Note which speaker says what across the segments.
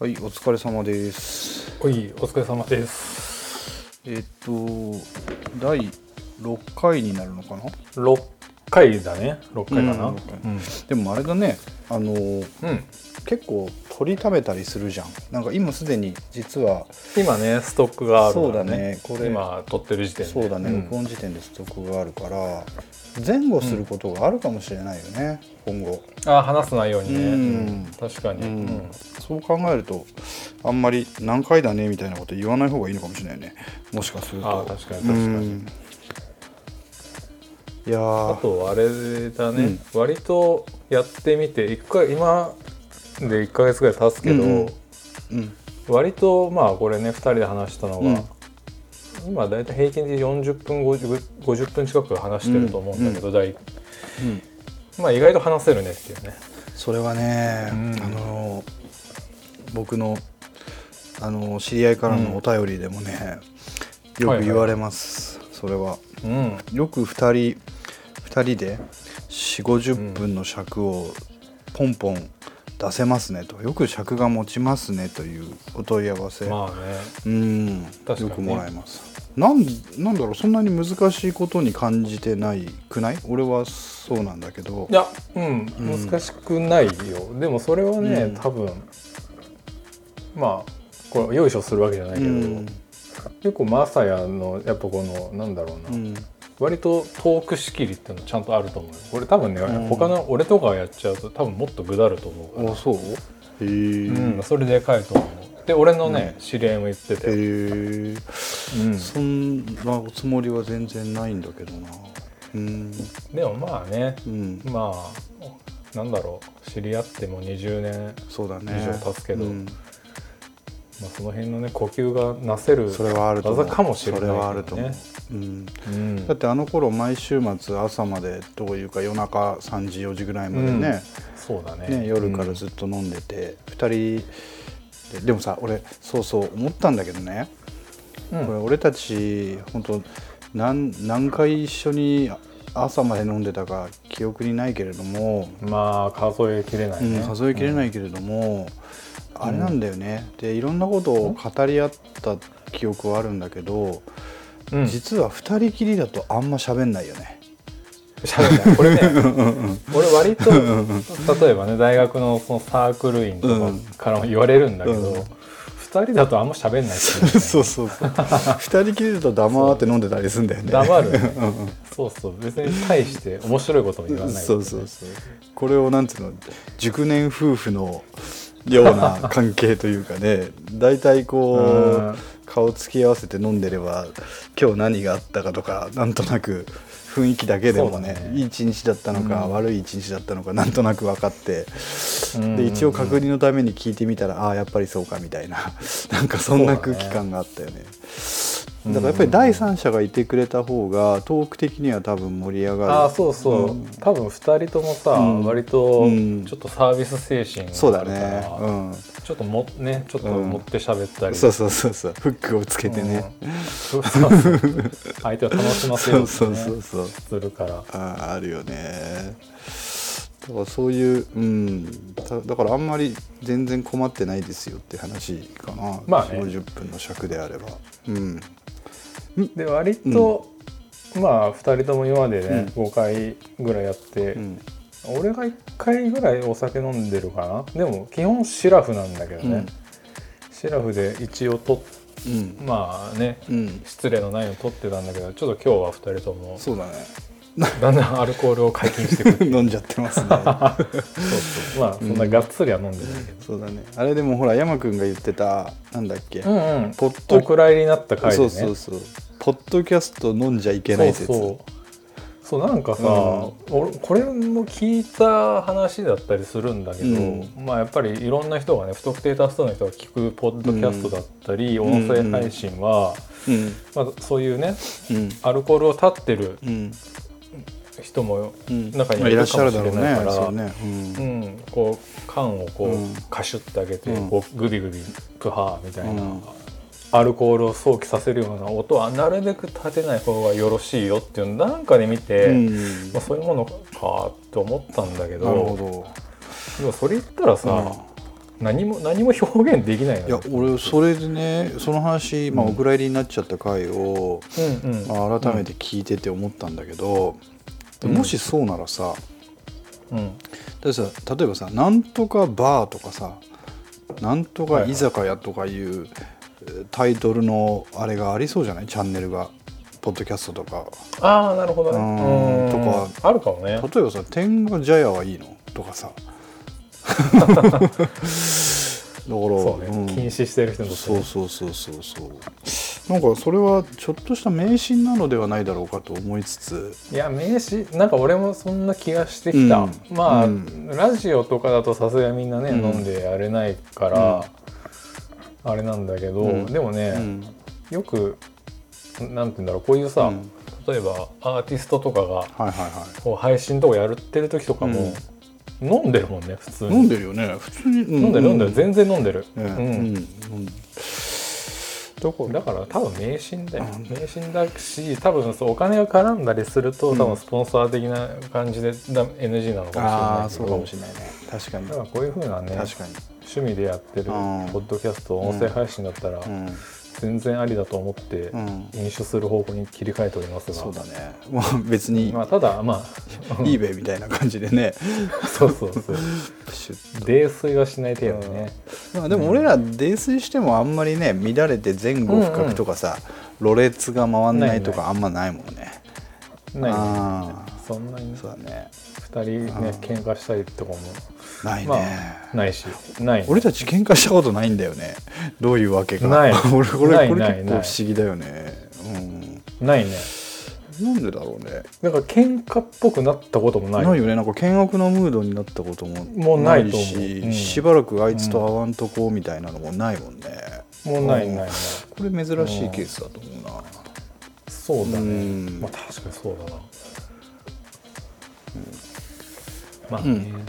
Speaker 1: はい、お疲れ様です。
Speaker 2: おいお疲れ様です
Speaker 1: えっと、第6回になるのかな
Speaker 2: 6回だね6回かな
Speaker 1: う
Speaker 2: うんん
Speaker 1: 六回でもあれだね、あのー、
Speaker 2: うん
Speaker 1: 結構取りためたりするじゃん。なんか今すでに実は、
Speaker 2: 今ねストックがあるから
Speaker 1: そうだねこれ
Speaker 2: 今撮ってる時点で
Speaker 1: そうだね、
Speaker 2: ん
Speaker 1: 録音時点でストックがあるから、前後することがあるかもしれないよね、今後。
Speaker 2: あ話す内容にね、
Speaker 1: うん
Speaker 2: うん確かに、
Speaker 1: う
Speaker 2: うん
Speaker 1: ん、そう考えると、あんまり何回だねみたいなこと言わない方がいいのかもしれないね。もしかすると。
Speaker 2: あー確かに確か
Speaker 1: う
Speaker 2: に、
Speaker 1: んいや
Speaker 2: あ
Speaker 1: ー
Speaker 2: とあれだね、
Speaker 1: うん
Speaker 2: 割とやってみて1回今で1ヶ月ぐらい経つけど、
Speaker 1: うんうんうん
Speaker 2: 割とまあこれね2人で話したのが、
Speaker 1: うん
Speaker 2: 今だいたい平均で40分 50, 50分近く話してると思うんだけど、だい
Speaker 1: うん
Speaker 2: まあ意外と話せるねっていうね
Speaker 1: それはね、
Speaker 2: うん
Speaker 1: あの僕のあの知り合いからのお便りでもね、よ
Speaker 2: はい
Speaker 1: く
Speaker 2: はい
Speaker 1: 言われます、それは
Speaker 2: うん
Speaker 1: よく2人2人で4 5 0分の尺をポンポン出せますねとよく尺が持ちますねというお問い合わせ、
Speaker 2: まあね
Speaker 1: うん、
Speaker 2: 確かにね
Speaker 1: よくもらえますなんなんだろうそんなに難しいことに感じてないくない俺はそうなんだけど
Speaker 2: いやうん
Speaker 1: ん
Speaker 2: 難しくないよ、でもそれはね、
Speaker 1: うん
Speaker 2: 多分まあこれよいしょするわけじゃないけ
Speaker 1: う
Speaker 2: ど、
Speaker 1: ん
Speaker 2: 結構マサヤのやっぱこのなんだろうな、
Speaker 1: うん
Speaker 2: 割とトーク仕切りってのちゃんとあると思うよ俺多分ね、
Speaker 1: うん
Speaker 2: 他の俺とかがやっちゃうと多分もっとぐだると思うから
Speaker 1: あそうへえ、
Speaker 2: うん、それでかいと思うで俺のね、
Speaker 1: う
Speaker 2: 知り合いも言ってて、
Speaker 1: へえ
Speaker 2: うん
Speaker 1: そんなおつもりは全然ないんだけどなうん
Speaker 2: でもまあね
Speaker 1: うん
Speaker 2: まあなんだろう知り合っても20年
Speaker 1: そうだね
Speaker 2: 以上経つけど
Speaker 1: うん
Speaker 2: まあ、その辺のね呼吸がなせる
Speaker 1: それはあると思う
Speaker 2: 技かもしれないけ
Speaker 1: そ
Speaker 2: ど
Speaker 1: れ
Speaker 2: ね
Speaker 1: はあると思う、うん、
Speaker 2: うん
Speaker 1: だってあの頃毎週末朝までというか夜中3時4時ぐらいまでね,、
Speaker 2: そうだね
Speaker 1: ね夜からずっと飲んでて、二人ででもさ俺そうそう思ったんだけどね、
Speaker 2: うん
Speaker 1: これ俺たち本当何何回一緒に朝まで飲んでたか記憶にないけれども、
Speaker 2: まあ数えきれないね、
Speaker 1: うん数えきれないけれども、あれなんだよねでいろんなことを語り合った記憶はあるんだけど、
Speaker 2: うん、うん、
Speaker 1: 実は2人きりだとあんま喋んないよね。
Speaker 2: 喋んない俺ね俺割と例えばね大学のそのサークル員と
Speaker 1: うん
Speaker 2: かからも言われるんだけど、
Speaker 1: うん
Speaker 2: 二人だとあんま喋んないっていう ね
Speaker 1: そうそうそう2人きりだと黙って飲んでたりするんだよね。
Speaker 2: 黙る、ね、そうそう別に対して面白いことも言わない、
Speaker 1: そうそうそうこれをなんていうの熟年夫婦のような関係というか ね大体こ
Speaker 2: う
Speaker 1: うん顔つき合わせて飲んでれば今日何があったかとかなんとなく雰囲気だけでもね
Speaker 2: そうだね
Speaker 1: いい一日だったのか、
Speaker 2: うん
Speaker 1: 悪い一日だったのかなんとなく分かって、
Speaker 2: うん
Speaker 1: で一応確認のために聞いてみたら、ああやっぱりそうかみたいな なんかそんな空気感があったよね。だからやっぱり第三者がいてくれた方がトーク的には多分盛り上がる
Speaker 2: ああそうそう、
Speaker 1: うん
Speaker 2: 多分二人ともさ、
Speaker 1: ん
Speaker 2: 割と
Speaker 1: うん
Speaker 2: ちょっとサービス精神
Speaker 1: そうだ
Speaker 2: があるから、
Speaker 1: ね。うん。
Speaker 2: ちょっともねちょっと持って喋ったり、
Speaker 1: そうそうそうそう。フックをつけてね。
Speaker 2: うんそうそうそう 相手を楽しませよ
Speaker 1: そうう
Speaker 2: と
Speaker 1: そう
Speaker 2: ね
Speaker 1: そうそう。
Speaker 2: するから
Speaker 1: あーあるよね。だからそういう、うん。ただからあんまり全然困ってないですよって話かな。
Speaker 2: まあね
Speaker 1: 50分の尺であれば。うん。
Speaker 2: で割と、まあ二人とも今までね、五回ぐらいやって、
Speaker 1: うん。
Speaker 2: 俺が一回ぐらいお酒飲んでるかなでも基本シラフなんだけどね、
Speaker 1: うん
Speaker 2: シラフで一応と
Speaker 1: うん。
Speaker 2: まあね
Speaker 1: うん。
Speaker 2: 失礼のないの撮ってたんだけどちょっと今日は二人とも
Speaker 1: そうだね。
Speaker 2: だんだんアルコールを解禁してくる
Speaker 1: 飲んじゃって ますね。
Speaker 2: そうそうまあそんながっつりは飲んでないけど
Speaker 1: そうだね。あれでもほら、山くんが言ってた、なんだっけ。
Speaker 2: うんうん
Speaker 1: ポ
Speaker 2: ポ
Speaker 1: ッ
Speaker 2: ッ
Speaker 1: ド
Speaker 2: お蔵入りになった回で
Speaker 1: そ
Speaker 2: ね
Speaker 1: うそうそう。ポッドキャスト飲んじゃいけない説。
Speaker 2: そうそうそうなんかさ、
Speaker 1: う
Speaker 2: 俺これも聞いた話だったりするんだけど、
Speaker 1: う
Speaker 2: まあやっぱりいろんな人がね不特定多数の人が聞くポッドキャストだったり、
Speaker 1: ん
Speaker 2: 音声配信は、
Speaker 1: うん。
Speaker 2: まあ、そういうね
Speaker 1: うん。
Speaker 2: アルコールを断ってる
Speaker 1: うん。
Speaker 2: 人も
Speaker 1: うん
Speaker 2: 中に
Speaker 1: まあ
Speaker 2: はい
Speaker 1: らっ
Speaker 2: る
Speaker 1: しゃる
Speaker 2: かもし
Speaker 1: だ
Speaker 2: れ
Speaker 1: ろう
Speaker 2: な
Speaker 1: ね
Speaker 2: いか。ら、
Speaker 1: そうね。うん
Speaker 2: うん、こう缶をこう、
Speaker 1: うん
Speaker 2: カシュッて開けて、
Speaker 1: うん
Speaker 2: こうグビグビプハーみたいな、
Speaker 1: うん
Speaker 2: アルコールを想起させるような音はなるべく立てない方がよろしいよっていうのなんかで見て、
Speaker 1: うん
Speaker 2: まあ、そういうものかと思ったんだけど
Speaker 1: なるほ
Speaker 2: でもそれ言ったら
Speaker 1: ど。
Speaker 2: さ、何も何も表現できないよ
Speaker 1: いや
Speaker 2: ね
Speaker 1: 俺それでねその話、まあ、
Speaker 2: うん
Speaker 1: お蔵入りになっちゃった回を、
Speaker 2: うんうん
Speaker 1: まあ、改めて聞いてて思ったんだけど、
Speaker 2: うん
Speaker 1: もしそうならさ
Speaker 2: うん
Speaker 1: だってさ例えばさ「なんとかバー」とかさ「なんと
Speaker 2: はい
Speaker 1: か
Speaker 2: はい
Speaker 1: 居酒屋」とかいうえータイトルのあれがありそうじゃないチャンネルがポッドキャストとか
Speaker 2: ああなるほどね
Speaker 1: うん
Speaker 2: うん
Speaker 1: と
Speaker 2: あるかも
Speaker 1: 例
Speaker 2: ね
Speaker 1: えばさ「天狗ジャヤはいいの?」とか さだから
Speaker 2: そうね、
Speaker 1: うん
Speaker 2: 禁止してる人にとって
Speaker 1: そ
Speaker 2: ね、
Speaker 1: うそうそうそうそうなんかそれはちょっとした迷信なのではないだろうかと思いつつ
Speaker 2: いや名刺なんか俺もそんな気がしてきた、
Speaker 1: うん
Speaker 2: まあ、
Speaker 1: うん
Speaker 2: ラジオとかだとさすがにみんなね、
Speaker 1: うん
Speaker 2: 飲んでやれないから、あれなんだけど、
Speaker 1: うん
Speaker 2: でもね、
Speaker 1: うん
Speaker 2: よくなんて言うんだろうこういうさ、
Speaker 1: うん
Speaker 2: 例えばアーティストとかが
Speaker 1: はいはいは
Speaker 2: こう配信とかやってる時とかも、飲んでるもんね普通
Speaker 1: い
Speaker 2: に
Speaker 1: 飲んでるよね普通に、う
Speaker 2: 飲んでる飲んでる全然飲んでる、
Speaker 1: ね
Speaker 2: うん
Speaker 1: うんうん
Speaker 2: どこだから多分迷信だよ、
Speaker 1: うん
Speaker 2: 迷信だし多分そうお金が絡んだりすると、
Speaker 1: うん
Speaker 2: 多分スポンサー的な感じでだ NG なの
Speaker 1: あ
Speaker 2: かも
Speaker 1: あ
Speaker 2: し
Speaker 1: そ
Speaker 2: れ
Speaker 1: うか
Speaker 2: ない
Speaker 1: も
Speaker 2: け
Speaker 1: しれないね確かに
Speaker 2: どだからこういうふうなね
Speaker 1: 確かに、
Speaker 2: 趣味でやってるポ
Speaker 1: うん
Speaker 2: ッドキャスト音声配信だったら
Speaker 1: うん
Speaker 2: 全然ありだと思って
Speaker 1: うん
Speaker 2: 飲酒する方向に切り替えておりますが、
Speaker 1: そうだねまあ別に
Speaker 2: まあ、ただまあ
Speaker 1: いいべみたいな感じでね
Speaker 2: そうそう そう
Speaker 1: プシュッ
Speaker 2: 泥酔はしない程度ね、
Speaker 1: まあ、でも俺ら泥酔してもあんまりね乱れて前後不覚とかさ、ろれつが回んないとかあんまないもんね
Speaker 2: ないね
Speaker 1: あ
Speaker 2: そんなに
Speaker 1: あそうだね
Speaker 2: 2人ね喧嘩したりとかも
Speaker 1: ないね、
Speaker 2: まあないしないね
Speaker 1: 俺たち喧嘩したことないんだよねどういうわけか
Speaker 2: ない
Speaker 1: 俺これ
Speaker 2: ない
Speaker 1: これ
Speaker 2: ない
Speaker 1: 結
Speaker 2: な
Speaker 1: 構
Speaker 2: い
Speaker 1: 不思議だよね
Speaker 2: ないね
Speaker 1: うんなんでだろうね
Speaker 2: なんか喧嘩っぽくなったこともな
Speaker 1: ないいよねなんか険悪なムードになったことも
Speaker 2: もうないと思う
Speaker 1: し、
Speaker 2: うん
Speaker 1: しばらくあいつと会わんとこみたいなのもないもんね、
Speaker 2: もうない
Speaker 1: うん
Speaker 2: ないない
Speaker 1: これ珍しいケースだと思うな、
Speaker 2: そうだね
Speaker 1: うん
Speaker 2: まあ確かにそうだな、まあね、
Speaker 1: うん
Speaker 2: ま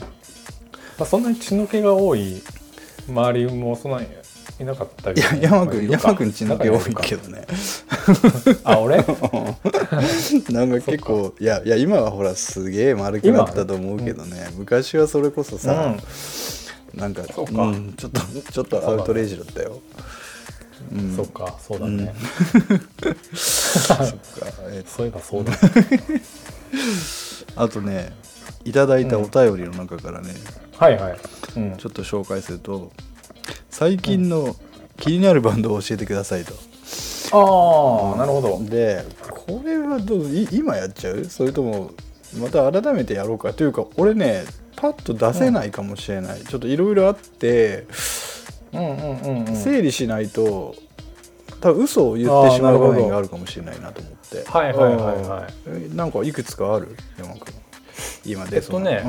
Speaker 2: あ、そんなに血の気が多い周りもそんなにいなかった
Speaker 1: い
Speaker 2: けど
Speaker 1: や
Speaker 2: ね、
Speaker 1: 山君、
Speaker 2: まあ
Speaker 1: 山君ちの毛多
Speaker 2: 中に
Speaker 1: い
Speaker 2: は
Speaker 1: け
Speaker 2: るか
Speaker 1: どね
Speaker 2: あ俺あ
Speaker 1: なんか結構いやいや今はほらすげえ丸くなったと思うけどね、昔はそれこそさ、なんか
Speaker 2: そうか
Speaker 1: んちょっとちょっとアウトレイジだったよう
Speaker 2: うん
Speaker 1: ん
Speaker 2: そうかそうだね、
Speaker 1: そっかえっ
Speaker 2: そういえばそうだ
Speaker 1: とあとねいただいたお便りの中からね、
Speaker 2: はいはい、うん
Speaker 1: ちょっと紹介すると最近の気になるバンドを教えてくださいと、
Speaker 2: ああなるほど
Speaker 1: でこれはどうい今やっちゃうそれともまた改めてやろうかというか俺ねパッと出せないかもしれない、ちょっといろいろあって
Speaker 2: うんうんうんうん
Speaker 1: 整理しないと多分嘘を言ってしまう場面があるかもしれないなと思って
Speaker 2: はいはいはいはい
Speaker 1: いなんかいくつかある山君今で
Speaker 2: えっとね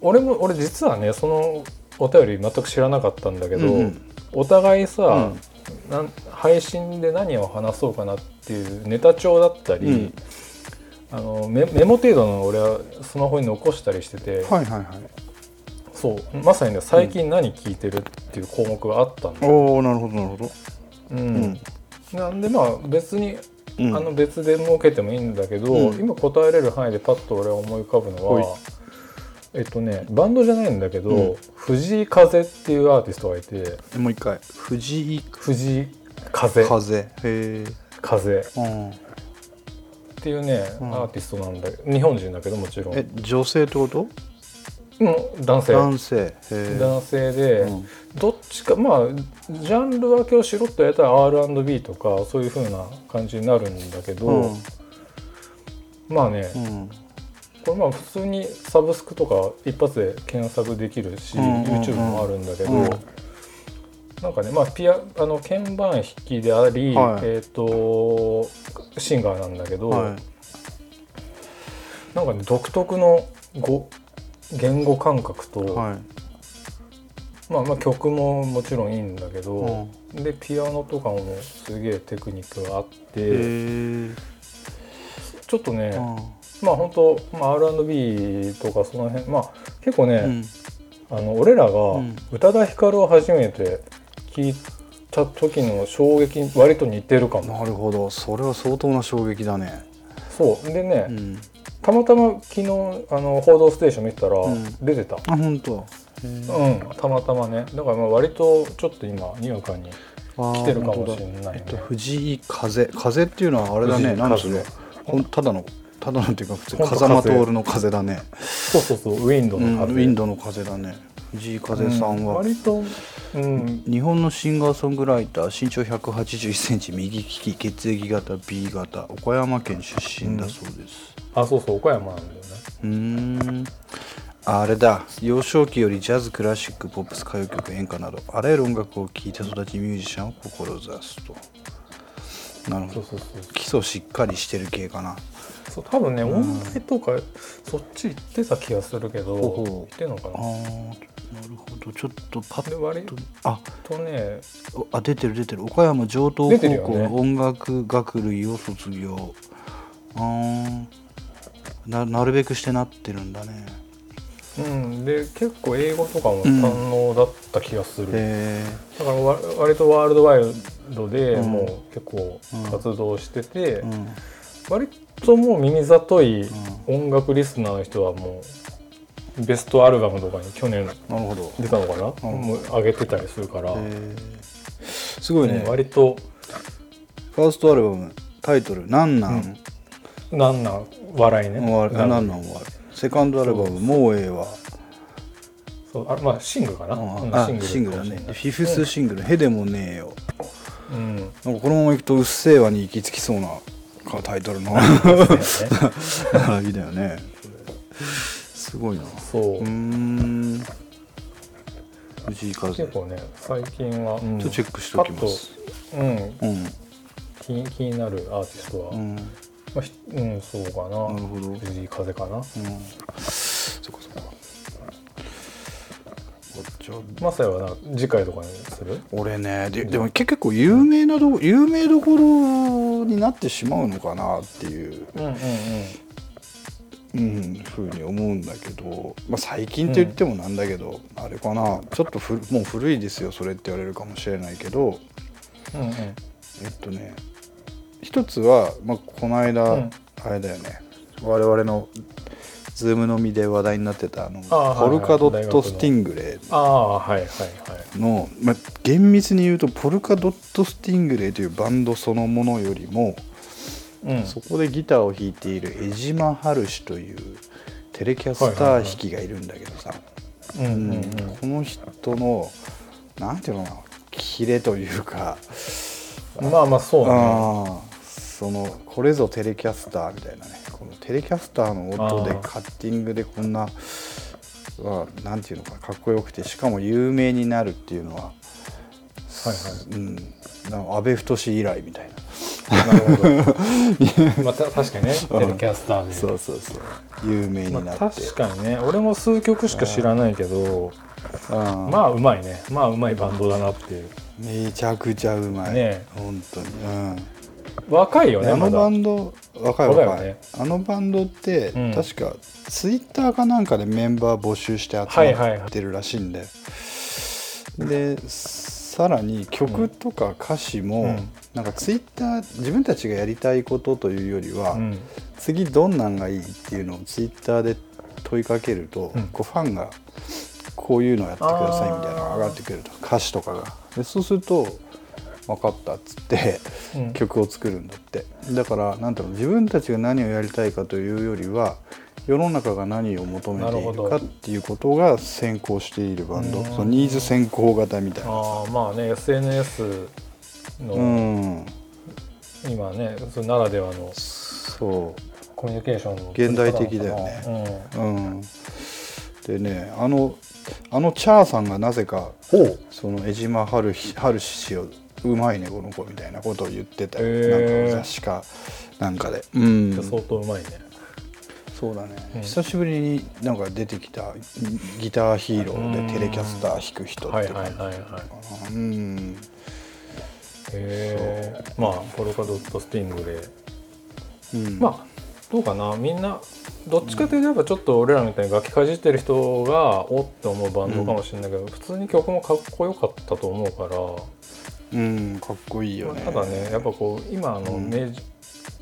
Speaker 2: 俺も俺実はねそのお便り全く知らなかったんだけど、
Speaker 1: うんうん
Speaker 2: お互いさ、なん配信で何を話そうかなっていうネタ帳だったり、
Speaker 1: うん
Speaker 2: あのメメモ程度の俺はスマホに残したりしてて、
Speaker 1: うん、はいはいはい
Speaker 2: そうまさにね最近何聞いてるっていう項目があったんだ、
Speaker 1: おおなるほどなるほど
Speaker 2: うん
Speaker 1: うん
Speaker 2: なんでまあ別に、
Speaker 1: うん
Speaker 2: あの別で設けてもいいんだけど、
Speaker 1: うん
Speaker 2: 今答えれる範囲でパッと俺は思い浮かぶのは、
Speaker 1: は
Speaker 2: えっとねバンドじゃないんだけど、
Speaker 1: うん
Speaker 2: 藤井風っていうアーティストがいて
Speaker 1: もう一回藤井
Speaker 2: 藤井風
Speaker 1: 風へえ、
Speaker 2: 風っ
Speaker 1: うん、
Speaker 2: ていうね、
Speaker 1: うん
Speaker 2: アーティストなんだけど日本人だけどもちろん、
Speaker 1: え女性ってこと
Speaker 2: うん、男性
Speaker 1: 男性へえ
Speaker 2: 男性で、
Speaker 1: うん
Speaker 2: どっちかまあジャンル分けをしろってやったら R&B とかそういう風な感じになるんだけど、
Speaker 1: うん
Speaker 2: まあね、
Speaker 1: うん
Speaker 2: これまあ普通にサブスクとか一発で検索できるし、
Speaker 1: うんうんうん
Speaker 2: YouTube もあるんだけど、
Speaker 1: うん
Speaker 2: なんかねまあピアあの鍵盤弾きであり、
Speaker 1: はい
Speaker 2: えっ、とシンガーなんだけど、
Speaker 1: はい
Speaker 2: なんかね独特の語言語感覚と、
Speaker 1: はい
Speaker 2: まあ、まあ曲ももちろんいいんだけど、
Speaker 1: う
Speaker 2: でピアノとかもすげえテクニックがあって、
Speaker 1: へえ
Speaker 2: ちょっとね、
Speaker 1: う
Speaker 2: まあ本当、まあ、R&B とかその辺まあ結構ね、
Speaker 1: ん
Speaker 2: あの俺らが
Speaker 1: ん
Speaker 2: 宇多田ヒカルを初めて聞いた時の衝撃に割と似てるかも、
Speaker 1: なるほどそれは相当な衝撃だね
Speaker 2: そうでね、
Speaker 1: うん
Speaker 2: たまたま昨日あの「報道ステーション」見てたら
Speaker 1: ん
Speaker 2: 出てた、
Speaker 1: あ本当
Speaker 2: うん、たまたまねだからまあ割とちょっと今にわかに来
Speaker 1: 来
Speaker 2: てるかもしれないね
Speaker 1: えっと、藤井風風っていうのはあれだね
Speaker 2: 藤井風
Speaker 1: なんですねほんただのただのっていうか普通に
Speaker 2: ほんと
Speaker 1: 風間
Speaker 2: 風
Speaker 1: 徹の風だね
Speaker 2: そうそうそうウィンドウ
Speaker 1: うん、
Speaker 2: の
Speaker 1: ウィンドの風だね藤井風さん
Speaker 2: う
Speaker 1: は、
Speaker 2: 割と、うん、
Speaker 1: 日本のシンガーソングライター身長1 8 1ンチ右利き血液型 B 型岡山県出身だそうです
Speaker 2: あそうそう岡山なんだよね
Speaker 1: うーんあれだ幼少期よりジャズクラシックポップス歌謡曲演歌などあらゆる音楽を聴いて育ちミュージシャンを志すとなるほ
Speaker 2: そう
Speaker 1: ど
Speaker 2: そうそう
Speaker 1: 基礎しっかりしてる系かな
Speaker 2: そう多分ね音大とかそっち行ってた気がするけど、
Speaker 1: ほうほう
Speaker 2: 行ってんのか
Speaker 1: あー
Speaker 2: な
Speaker 1: なるほどちょっとパッ
Speaker 2: で割
Speaker 1: とあ
Speaker 2: とね
Speaker 1: おあ出てる出てる岡山城東
Speaker 2: 出てる
Speaker 1: 高
Speaker 2: よ
Speaker 1: 校
Speaker 2: ね
Speaker 1: 音楽学類を卒業、あーななるべくしてなってるんだね
Speaker 2: うんで結構英語とかも堪能だった気がする、
Speaker 1: へ
Speaker 2: だからわ割とワールドワイルドで
Speaker 1: うん
Speaker 2: もう結構活動してて、
Speaker 1: えうん
Speaker 2: 割ともう耳ざとい音楽リスナーの人はもうベストアルバムとかに去年
Speaker 1: なるほど
Speaker 2: 出たのかな、
Speaker 1: うん
Speaker 2: もう上げてたりするから、
Speaker 1: へえすごいね
Speaker 2: うん割と
Speaker 1: ファーストアルバムタイトル「なんな
Speaker 2: うんん」なんなん笑いね
Speaker 1: 終わる「なんなん」
Speaker 2: ん
Speaker 1: 終わるセカンドアルバム「もうええわ」
Speaker 2: そうあまあシングルかな、
Speaker 1: あ
Speaker 2: うん
Speaker 1: あシングルだねフィフスシングル「へでもねえよ」
Speaker 2: うん、うん
Speaker 1: なんかこのままいくと「うっせえわ」に行き着きそうなかタイトル の
Speaker 2: そうだよね
Speaker 1: いいだよねすごいなう
Speaker 2: そう、
Speaker 1: ーん藤井風ちょ
Speaker 2: 結
Speaker 1: っ
Speaker 2: 構ね最近は、うん
Speaker 1: とチェックしておきます
Speaker 2: パッとうん
Speaker 1: うん、
Speaker 2: 気に気になるアーティストは、
Speaker 1: うん、なる
Speaker 2: まあ、ひうんそうかな
Speaker 1: ほど、うん、
Speaker 2: 藤井風かな、
Speaker 1: そっかそっかじゃあ
Speaker 2: マサイはな次回とかにする
Speaker 1: 俺ねででも結構有名など、有名どころになってしまうのかなっていう、
Speaker 2: うんうんうん
Speaker 1: うん、ふうに思うんだけど、まあ、最近と言ってもなんだけど、あれかなちょっとふもう古いですよそれって言われるかもしれないけど
Speaker 2: うん
Speaker 1: えっとね一つは、まあ、この間、
Speaker 2: うん
Speaker 1: あれだよね我々のズームのみで話題になってたあの
Speaker 2: あー
Speaker 1: ポルカド
Speaker 2: はい
Speaker 1: ッ
Speaker 2: はい
Speaker 1: トスティングレイ
Speaker 2: ああはいはいはい
Speaker 1: の、まあ、厳密に言うとポルカドットスティングレイというバンドそのものよりも、
Speaker 2: うん
Speaker 1: そこでギターを弾いている江島春氏というテレキャスター弾きがいるんだけどさ、
Speaker 2: うんうんうん
Speaker 1: うんこの人のなんていうのかなキレというか、
Speaker 2: まあまあそうね
Speaker 1: あーそのこれぞテレキャスターみたいなねこのテレキャスターの音で
Speaker 2: あー
Speaker 1: カッティングでこんなはなんていうのかかっこよくてしかも有名になるっていうのは、
Speaker 2: はい
Speaker 1: うん、なんか安倍太以来みたいな。
Speaker 2: はいなる ほどまあた確かにねテレキャスターで
Speaker 1: そうそうそう有名になって、
Speaker 2: まあ、確かにね俺も数曲しか知らないけど
Speaker 1: うん
Speaker 2: まあうまいねまあうまいバンドだなっていう
Speaker 1: めちゃくちゃうまい、
Speaker 2: ね
Speaker 1: 本当に、うん
Speaker 2: 若いよね
Speaker 1: あ
Speaker 2: ま
Speaker 1: の
Speaker 2: だ
Speaker 1: バンド若い
Speaker 2: 若
Speaker 1: 若
Speaker 2: い
Speaker 1: い
Speaker 2: よね
Speaker 1: あのバンドって、
Speaker 2: うん
Speaker 1: 確かツイッターかなんかでメンバー募集して集
Speaker 2: はいはい
Speaker 1: ま
Speaker 2: は
Speaker 1: っ
Speaker 2: い
Speaker 1: てるらしいんで、でさらに曲とか歌詞も、
Speaker 2: うん
Speaker 1: なんかツイッター自分たちがやりたいことというよりは、
Speaker 2: うん
Speaker 1: 次どんなんがいいっていうのをツイッターで問いかけると、
Speaker 2: うん
Speaker 1: こうファンがこういうのやってくださいみたいなのが上がってくると歌詞とかがでそうすると分かったっつって
Speaker 2: うん
Speaker 1: 曲を作るんだってだからなんだろうの自分たちが何をやりたいかというよりは世の中が何を求めてい
Speaker 2: なる
Speaker 1: る
Speaker 2: ほ
Speaker 1: か
Speaker 2: ど
Speaker 1: っていうことが先行しているバンド
Speaker 2: うん
Speaker 1: そのニーズ先行型みたいな。
Speaker 2: ああまあね SNS の、
Speaker 1: うん、
Speaker 2: 今ねそれならではの
Speaker 1: そう
Speaker 2: コミュニケーションの
Speaker 1: 現代的だよね
Speaker 2: 取り方なのかな
Speaker 1: うん、でねあのあのチャーさんがなぜかその江島春日春氏をうまいねこの子みたいなことを言ってたよ
Speaker 2: へ
Speaker 1: なん
Speaker 2: ー
Speaker 1: か雑誌かなんかで、う
Speaker 2: うん
Speaker 1: ん、
Speaker 2: 相当うまいね
Speaker 1: そうだね、
Speaker 2: うん
Speaker 1: 久しぶりになんか出てきたギターヒーロー
Speaker 2: うん
Speaker 1: でテレキャスター弾く人
Speaker 2: は
Speaker 1: っ
Speaker 2: い
Speaker 1: て
Speaker 2: はい
Speaker 1: 感
Speaker 2: はいはい
Speaker 1: じかなうん
Speaker 2: へえまあポルカドットスティングレイ
Speaker 1: うん
Speaker 2: まあどうかなみんなどっちかというとやっぱちょっと俺らみたいに楽器かじってる人がおって思うバンドかもしれないけど、普通に曲もかっこよかったと思うから、
Speaker 1: うんかっこいいよね、
Speaker 2: ただねやっぱこう今の
Speaker 1: うん
Speaker 2: メ,、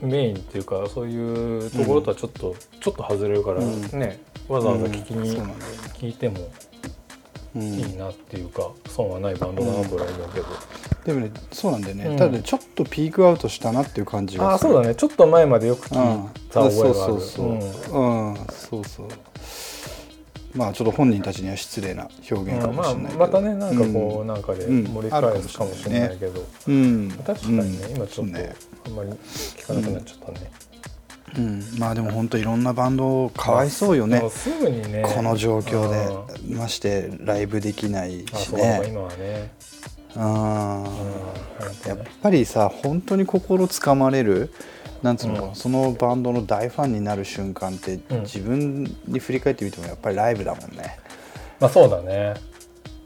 Speaker 2: メインっていうかそういうところとはちょっと、ちょっと外れるから
Speaker 1: うん
Speaker 2: ねわざわざ聞き
Speaker 1: うん
Speaker 2: に
Speaker 1: そうなんだよね
Speaker 2: 聞いても
Speaker 1: うん
Speaker 2: いいなっていうか損はないバンドだなと俺は思うけど、
Speaker 1: でもねそうなんだよね、
Speaker 2: うん
Speaker 1: ただねちょっとピークアウトしたなっていう感じ
Speaker 2: あ
Speaker 1: が
Speaker 2: あ
Speaker 1: す
Speaker 2: そ
Speaker 1: る
Speaker 2: うだねちょっと前までよく聞
Speaker 1: うん
Speaker 2: いた覚えがあ
Speaker 1: そ
Speaker 2: る
Speaker 1: うそうそう、うん
Speaker 2: ん
Speaker 1: そうそうまあちょっと本人たちには失礼な表現か
Speaker 2: うん
Speaker 1: も
Speaker 2: ま
Speaker 1: し
Speaker 2: あ、
Speaker 1: れないけど、
Speaker 2: またねなんかこう、なんかで
Speaker 1: うん
Speaker 2: 盛り返すかもしれないけど、
Speaker 1: うん、うん、
Speaker 2: 確かにね、今ちょっと
Speaker 1: ね
Speaker 2: あんまり聞かなくなっちゃったね、
Speaker 1: うん、まあでも本当いろんなバンドかわいそうよね、
Speaker 2: もうすぐにね
Speaker 1: この状
Speaker 2: うん
Speaker 1: 況
Speaker 2: あ
Speaker 1: でましてライブできないし
Speaker 2: そうか
Speaker 1: ね
Speaker 2: 今はね、
Speaker 1: あ
Speaker 2: う
Speaker 1: ー、
Speaker 2: ん本当
Speaker 1: やっ
Speaker 2: ね
Speaker 1: ぱりさ本当に心つかまれるなんつうのかな、
Speaker 2: うん
Speaker 1: そのバンドの大ファンになる瞬間って、
Speaker 2: うん
Speaker 1: 自分に振り返ってみてもやっぱりライブだもんね
Speaker 2: まあそうだね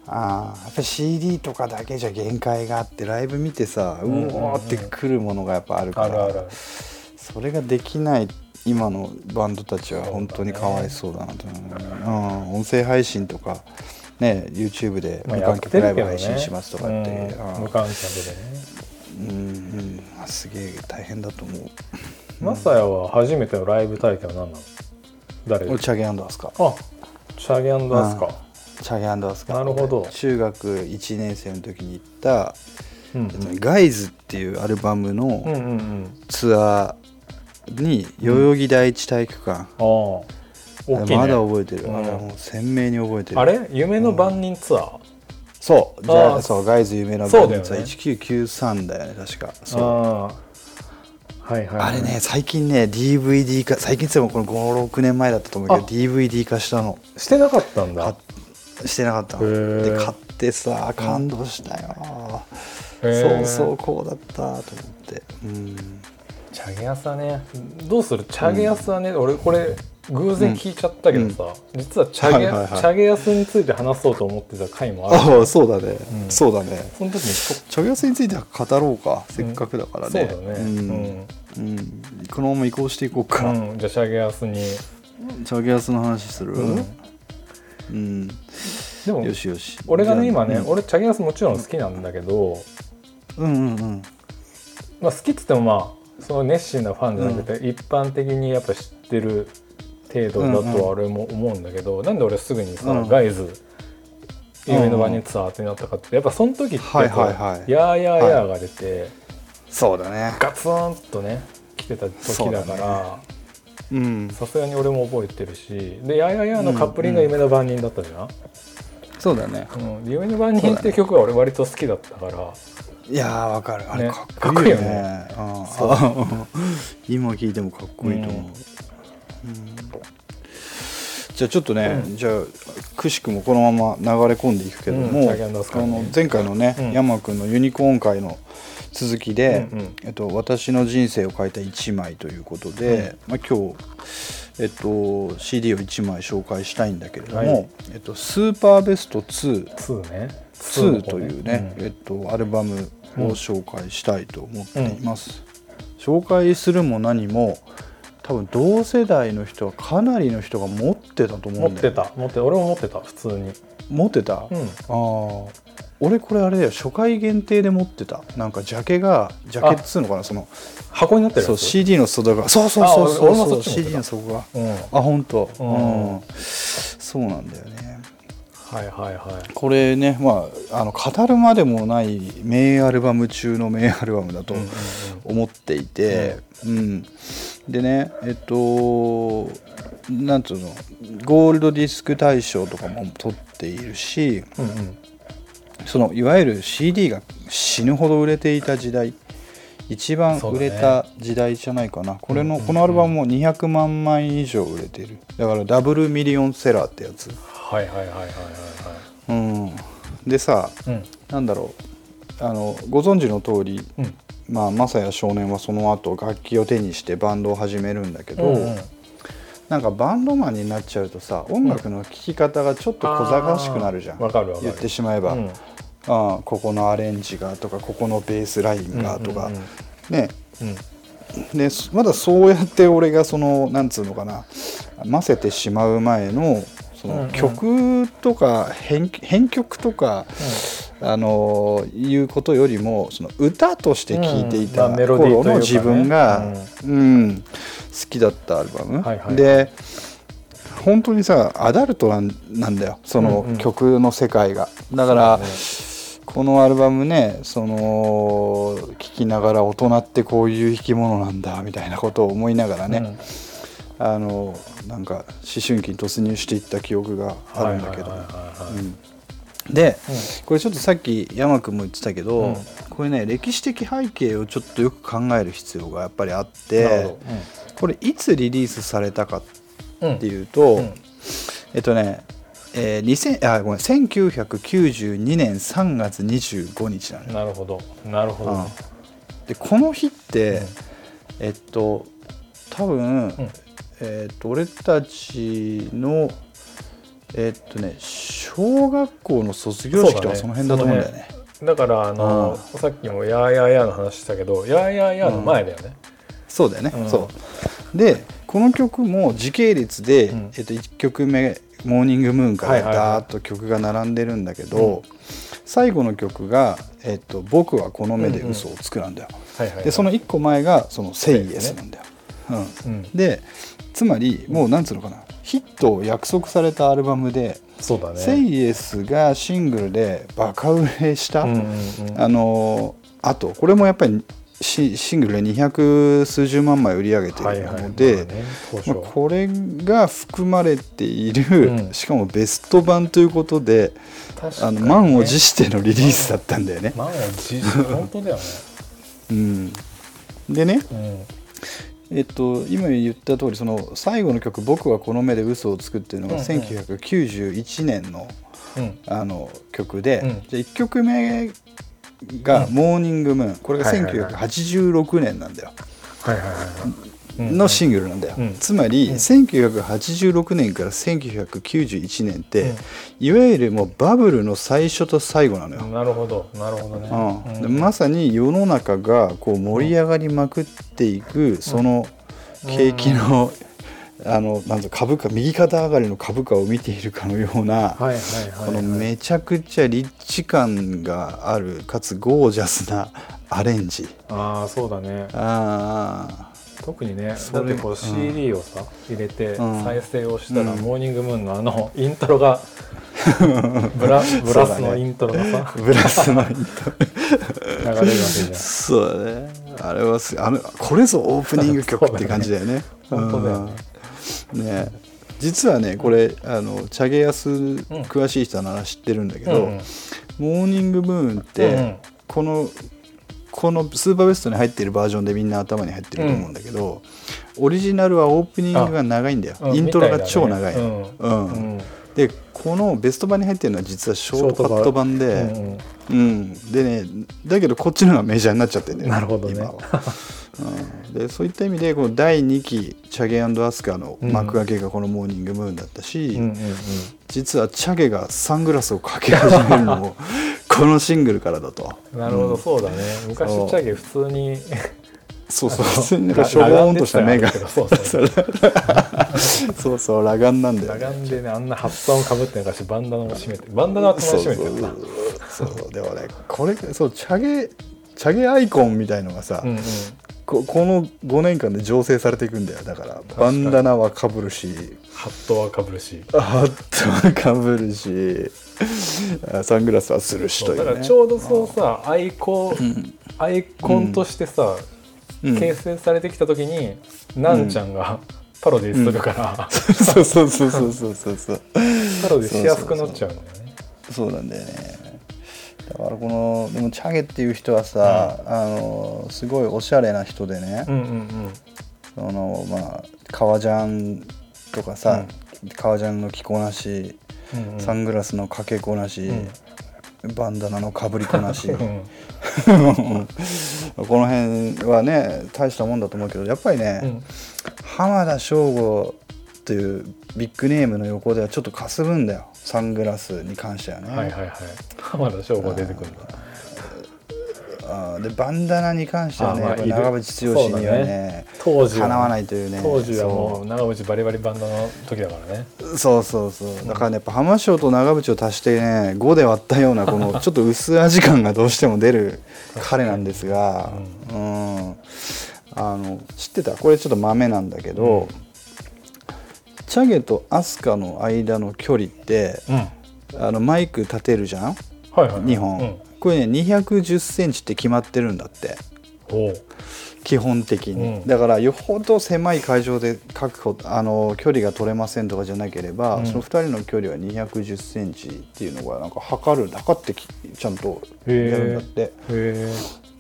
Speaker 1: あーやっぱり CD とかだけじゃ限界があってライブ見てさう
Speaker 2: うんうんうん
Speaker 1: おーってくるものがやっぱあるか
Speaker 2: あ
Speaker 1: ら、
Speaker 2: るある
Speaker 1: それができない今のバンドたちは本当にかわいそうだなと思う、うん、音声配信とか、ね、YouTube で
Speaker 2: まあ
Speaker 1: 無
Speaker 2: やっ
Speaker 1: 観
Speaker 2: て
Speaker 1: 客
Speaker 2: る
Speaker 1: ライ
Speaker 2: け
Speaker 1: ブ
Speaker 2: どね
Speaker 1: 配信しますとかって、
Speaker 2: うん無
Speaker 1: あ
Speaker 2: 観客でね
Speaker 1: うんうんあすげえ大変だと思う
Speaker 2: マサヤは初めてのライブ体験は何なの誰
Speaker 1: 俺チャゲアンダースか
Speaker 2: あチャゲアンダースか、
Speaker 1: チャゲアンダースか
Speaker 2: なるほど
Speaker 1: 中学1年生の時に行った
Speaker 2: うんう
Speaker 1: 「
Speaker 2: ん
Speaker 1: ガイズっていうアルバム
Speaker 2: うん
Speaker 1: の
Speaker 2: うんうん
Speaker 1: ツアーに代々木第一体育館、
Speaker 2: ああ大きい、ね、
Speaker 1: まだ覚えてる、
Speaker 2: うん
Speaker 1: あれはもう鮮明に覚えてる
Speaker 2: あれ夢の番人ツアー、
Speaker 1: そう、じゃ
Speaker 2: あ
Speaker 1: あ、
Speaker 2: ー
Speaker 1: そう、ガイズ夢の
Speaker 2: そう
Speaker 1: 番
Speaker 2: だよね
Speaker 1: 組は1993だよね、確か。そう。
Speaker 2: ああはいはいはい
Speaker 1: あれね、最近ね、DVD 化、最近って言ってもこの5、6年前だったと思うけど、
Speaker 2: あ
Speaker 1: DVD 化したの。
Speaker 2: してなかったんだ
Speaker 1: 買っしてなかった
Speaker 2: へ
Speaker 1: の。
Speaker 2: ー
Speaker 1: で、買ってさ、感動したよ。
Speaker 2: へ
Speaker 1: そ
Speaker 2: ー
Speaker 1: うそう、こうだったと思って。うん。
Speaker 2: チャゲアスはねどうするチャゲアスはね、俺これ偶然聞いちゃったけどさ、実はチャゲ、
Speaker 1: はいはいはい
Speaker 2: チャゲアスについて話そうと思ってた回もある
Speaker 1: ああ、そうだね。そうだね。
Speaker 2: その時にちょ
Speaker 1: チョギアスについては語ろうか、せっかくだから
Speaker 2: そう
Speaker 1: ね。
Speaker 2: だね
Speaker 1: うん。うん。このまま移行していこう
Speaker 2: う
Speaker 1: か。
Speaker 2: ん、うんじゃあチャゲアスに
Speaker 1: チャゲアスの話する、
Speaker 2: うん
Speaker 1: うん
Speaker 2: でも
Speaker 1: よしよし
Speaker 2: 俺がね
Speaker 1: じゃあ
Speaker 2: 今ね、俺チャゲアスもちろん好きなんだけど、
Speaker 1: うんうんうん
Speaker 2: まあ、好きっつってもまあその熱心なファンじゃなくて、一般的にやっぱ知ってる程度だとは俺も思うんだけど、なんで俺すぐにさ、
Speaker 1: うん
Speaker 2: ガイズ夢のバニツアーってなったかってやっぱその時ってこう、
Speaker 1: はいはいはい
Speaker 2: やーやーやーが出て、
Speaker 1: そうだね
Speaker 2: ガツンとね来てた時だ
Speaker 1: そう
Speaker 2: から
Speaker 1: うん
Speaker 2: さすがに俺も覚えてるしで「やーやーやー」のカップリングが夢の番人だったじゃん、
Speaker 1: そうだね
Speaker 2: うん夢の番人っていう曲は俺割と好きだったから
Speaker 1: いやーわかるあれ
Speaker 2: ね
Speaker 1: かっこいいよねうん
Speaker 2: そう
Speaker 1: あ今聞いてもかっこいいと思う、
Speaker 2: うん
Speaker 1: うんじゃあちょっとね、じゃあくしくもこのまま流れ込んでいくけども、
Speaker 2: うんチャゲアンダースカ
Speaker 1: あ
Speaker 2: イね
Speaker 1: の前回のね、
Speaker 2: うん
Speaker 1: 山君のユニコーン会の続きで、
Speaker 2: うんうん
Speaker 1: えっと、私の人生を変えた1枚ということで、まあ、今日、えっと、CD を1枚紹介したいんだけれども、
Speaker 2: はい
Speaker 1: えっと、スーパーベスト2
Speaker 2: 2ね
Speaker 1: 2
Speaker 2: の方
Speaker 1: というね、えっと、アルバムを紹介したいと思っています、紹介するも何も多分同世代の人はかなりの人が持ってたと
Speaker 2: うん
Speaker 1: 思う
Speaker 2: 持っ
Speaker 1: んだ
Speaker 2: て
Speaker 1: よ
Speaker 2: た持って俺も持ってた普通に
Speaker 1: 持ってた、
Speaker 2: うん
Speaker 1: ああ俺これあれだよ初回限定で持ってたなんかジャケがジャケっつうのかなその
Speaker 2: 箱になってるやつ
Speaker 1: そう CD の外側そうそうそう
Speaker 2: あ俺
Speaker 1: そう
Speaker 2: 俺
Speaker 1: そ
Speaker 2: も
Speaker 1: う
Speaker 2: そっち持ってた
Speaker 1: CD の底が
Speaker 2: うん、はい
Speaker 1: あ本当う
Speaker 2: うん
Speaker 1: ん、そうなんだよね
Speaker 2: はいは
Speaker 1: これね、まあ、あの語るまでもない名アルバム中の名アルバムだと
Speaker 2: うんうんうん
Speaker 1: 思っていて、うんでねえっとなんつうのゴールドディスク大賞とかも取っているし
Speaker 2: いうんうん
Speaker 1: そのいわゆる CD が死ぬほど売れていた時代一番
Speaker 2: そ
Speaker 1: 売
Speaker 2: うだね
Speaker 1: れた時代じゃないかな、これのこのアルバムも200万枚以上売れてるだからダブルミリオンセラーってやつ、
Speaker 2: はいはいはいはいはい
Speaker 1: うん、でさ
Speaker 2: はいうん
Speaker 1: なんだろうあのご存知の通り、
Speaker 2: うん
Speaker 1: まあ、マサヤ少年はその後楽器を手にしてバンドを始めるんだけど、
Speaker 2: うんうん
Speaker 1: なんかバンドマンになっちゃうとさ音楽の聴き方がちょっと小賢しくなるじゃん、
Speaker 2: あーわかるわかる
Speaker 1: 言ってしまえば、
Speaker 2: うん
Speaker 1: ああここのアレンジがとかここのベースラインがとか、
Speaker 2: うんうん
Speaker 1: ね
Speaker 2: うん
Speaker 1: でまだそうやって俺がそのなんつうのかな混ぜてしまう前のそ
Speaker 2: うんう
Speaker 1: の
Speaker 2: ん
Speaker 1: 曲とか編編曲とか、あのいうことよりもその歌として聴いてい
Speaker 2: うん
Speaker 1: た
Speaker 2: まあメロディー
Speaker 1: 頃
Speaker 2: というかね
Speaker 1: の自分が、うん好きだったアルバム、
Speaker 2: はいはい
Speaker 1: で本当にさアダルトなんなんだよその
Speaker 2: うんうん
Speaker 1: 曲の世界が、だから、このアルバムねその聴きながら大人ってこういう生き物なんだみたいなことを思いながらね、
Speaker 2: うん
Speaker 1: あのなんか思春期に突入していった記憶があるんだけど
Speaker 2: はいはいはいはいはい
Speaker 1: うんで、これちょっとさっき山君も言ってたけど、
Speaker 2: うん
Speaker 1: これね歴史的背景をちょっとよく考える必要がやっぱりあっ
Speaker 2: なる
Speaker 1: て
Speaker 2: ほ
Speaker 1: これいつリリースされたか
Speaker 2: どうん
Speaker 1: っていうと、
Speaker 2: うん
Speaker 1: えっとね、えー、2000あごめん1992年3月25日なのよ。
Speaker 2: なるほどなるほどね
Speaker 1: でこの日って、
Speaker 2: うん
Speaker 1: えっと多分、
Speaker 2: ん
Speaker 1: えっと俺たちのえっとね小学校の卒業式とかそ
Speaker 2: そうだね
Speaker 1: の辺だと思うんだよね。
Speaker 2: だからあのさっきも「やーやーやー」の話したけど「やーやーやー」の前だよね
Speaker 1: そうだよね、
Speaker 2: うん
Speaker 1: そうでこの曲も時系列で、
Speaker 2: うん
Speaker 1: えっと、1曲目「モーニングムーン」か
Speaker 2: は
Speaker 1: ら
Speaker 2: いはいはい
Speaker 1: ダーッと曲が並んでるんだけど、最後の曲が、えっと「僕はこの目で嘘をつく」なんだよ、
Speaker 2: はいはいはい
Speaker 1: でその1個前がその「セイエ
Speaker 2: です
Speaker 1: ス」
Speaker 2: ね
Speaker 1: なんだよ、うん、
Speaker 2: うん
Speaker 1: でつまりもうなんつうのかなヒットを約束されたアルバムで
Speaker 2: そうだ
Speaker 1: 「
Speaker 2: ね
Speaker 1: セイエス」がシングルでバカ売れした、
Speaker 2: うんうんうん
Speaker 1: あのーあとこれもやっぱりシシングルで200数十万枚売り上げてい
Speaker 2: はい
Speaker 1: る
Speaker 2: はい
Speaker 1: ので、
Speaker 2: まあね当初
Speaker 1: まあこれが含まれている、
Speaker 2: うん
Speaker 1: しかもベスト版ということで、
Speaker 2: 確か
Speaker 1: あ
Speaker 2: に
Speaker 1: の
Speaker 2: ね
Speaker 1: 満を持してのリリースだったんだよね。
Speaker 2: 満を持して本当だよね
Speaker 1: うん、でね
Speaker 2: うん
Speaker 1: えっと、今言った通りその最後の曲「僕はこの目で嘘をつく」っていうの
Speaker 2: う
Speaker 1: が
Speaker 2: んうん
Speaker 1: 1991年の,、
Speaker 2: うん
Speaker 1: あの曲で、
Speaker 2: うん
Speaker 1: じゃ1曲目が「モーニングムーン」これが
Speaker 2: はいはいはい
Speaker 1: 1986年なんだよ、
Speaker 2: はいはいはいはいうん
Speaker 1: のシングルなんだよ、
Speaker 2: うん
Speaker 1: つまり、
Speaker 2: うん
Speaker 1: 1986年から1991年って、
Speaker 2: うん
Speaker 1: いわゆるもうバブルの最初と最後なのよ、
Speaker 2: なるほどなるほどね
Speaker 1: うんで
Speaker 2: うん
Speaker 1: まさに世の中がこう盛り上がりまくっていくその景気のあのなんぞ株価右肩上がりの株価を見ているかのような
Speaker 2: はいはいはい
Speaker 1: このめちゃくちゃリッチ感があるかつゴージャスな アレンジ。
Speaker 2: ああそうだね
Speaker 1: あー
Speaker 2: 特にねだ
Speaker 1: そ
Speaker 2: っ
Speaker 1: れ
Speaker 2: てこ
Speaker 1: う
Speaker 2: うん CD をさ入れて
Speaker 1: うん
Speaker 2: 再生をしたら
Speaker 1: うん
Speaker 2: モーニングムーンのあの イントロ がブラブ
Speaker 1: そ
Speaker 2: ラス
Speaker 1: うだ
Speaker 2: の
Speaker 1: ね
Speaker 2: イントロがさ
Speaker 1: ブラスのイントロ
Speaker 2: 流れるわけじゃん
Speaker 1: そうだねあれはすあのこれぞオープニング曲って感じだよね
Speaker 2: そうだね本当だよね
Speaker 1: うんね実はねこれあのチャゲヤス詳しい人なら知ってるんだけど、
Speaker 2: うんうん
Speaker 1: モーニングムーンって、
Speaker 2: うんうん
Speaker 1: このこのスーパーベストに入ってるバージョンでみんな頭に入ってると思うんだけど、オリジナルはオープニングが長いんだよ、
Speaker 2: うん
Speaker 1: イントロが超長いの、
Speaker 2: み
Speaker 1: うん
Speaker 2: たいだねうんうん
Speaker 1: でこのベスト版に入ってるのは実はショートカット版で、
Speaker 2: うんうん
Speaker 1: うん、でねだけどこっちの方がメジャーになっちゃってんだよ
Speaker 2: なるほどね
Speaker 1: 今は、うん、でそういった意味でこの第2期チャゲアスカの幕開けがこの「モーニングムーン」だったし、
Speaker 2: うんうんうん
Speaker 1: 実はチャゲがサングラスをかけ始めるのもこのシングルからだ と
Speaker 2: なるほどそうだね昔
Speaker 1: そう
Speaker 2: チャゲ普通に
Speaker 1: そうそう普通になんかしょぼーんとした目が
Speaker 2: 裸眼でしたよねそう
Speaker 1: そうそう裸眼なんだよ、
Speaker 2: 裸
Speaker 1: ね、
Speaker 2: 眼でねあんなハッサンをかぶってなんかしてバンダナも締めてバンダナは
Speaker 1: そう
Speaker 2: 頭
Speaker 1: そ
Speaker 2: に締
Speaker 1: う
Speaker 2: めてるな
Speaker 1: そうそうでもねこれそうチャゲチャゲアイコンみたいのがさ、
Speaker 2: うんうん
Speaker 1: ここの5年間で醸成されていくんだよだからバンダナはかぶるし
Speaker 2: ハットはかぶるし
Speaker 1: ハットはかぶる しあサングラスはするしと
Speaker 2: そう
Speaker 1: い
Speaker 2: だか
Speaker 1: う
Speaker 2: ら
Speaker 1: ね
Speaker 2: ちょうどそうさアイコン、アイコンとしてさ、
Speaker 1: うん
Speaker 2: 形成されてきた時に、なんちゃんがパロディするから、
Speaker 1: そうそうそうそうそうそうそう
Speaker 2: パロディしやすくなっちゃうんだよね。
Speaker 1: そうなんだよねだからこのでもチャゲっていう人はさ、あのすごいおしゃれな人でね、
Speaker 2: うんうん
Speaker 1: そのまあ革ジャンとかさ、革ジャンの着こなし
Speaker 2: うんうんうん
Speaker 1: サングラスのかけこなし、バンダナのかぶりこなし、
Speaker 2: うん
Speaker 1: うんこの辺はね大したもんだと思うけどやっぱりね、
Speaker 2: うん
Speaker 1: 浜田省吾というビッグネームの横ではちょっとかすぶんだよサングラスに関してはね、
Speaker 2: はいはいはい浜田省吾出てくるんだ
Speaker 1: あーでバンダナに関してはね、
Speaker 2: あーまあ
Speaker 1: やっぱ
Speaker 2: いる
Speaker 1: 長渕剛には
Speaker 2: そうだ
Speaker 1: ね
Speaker 2: 当時
Speaker 1: かなわないいというね
Speaker 2: 当時はもう長渕バリバリバンドの時だからね
Speaker 1: そうそうそうだからねやっぱ浜省と長渕を足してね5で割ったようなこ のちょっと薄味感がどうしても出る彼なんですが、うんあの知ってたこれちょっと豆なんだけど、チャゲとアスカの間の距離って
Speaker 2: うんはい
Speaker 1: あのマイク立てるじゃん
Speaker 2: はいはい
Speaker 1: 2本、
Speaker 2: うん
Speaker 1: これね2 1 0ンチって決まってるんだって
Speaker 2: おう
Speaker 1: 基本的に、
Speaker 2: うん
Speaker 1: だからよほど狭い会場で確保あの距離が取れませんとかじゃなければ、
Speaker 2: うん
Speaker 1: その2人の距離は2 1 0ンチっていうのがなんか測る測ってきちゃんとやるんだって。
Speaker 2: へ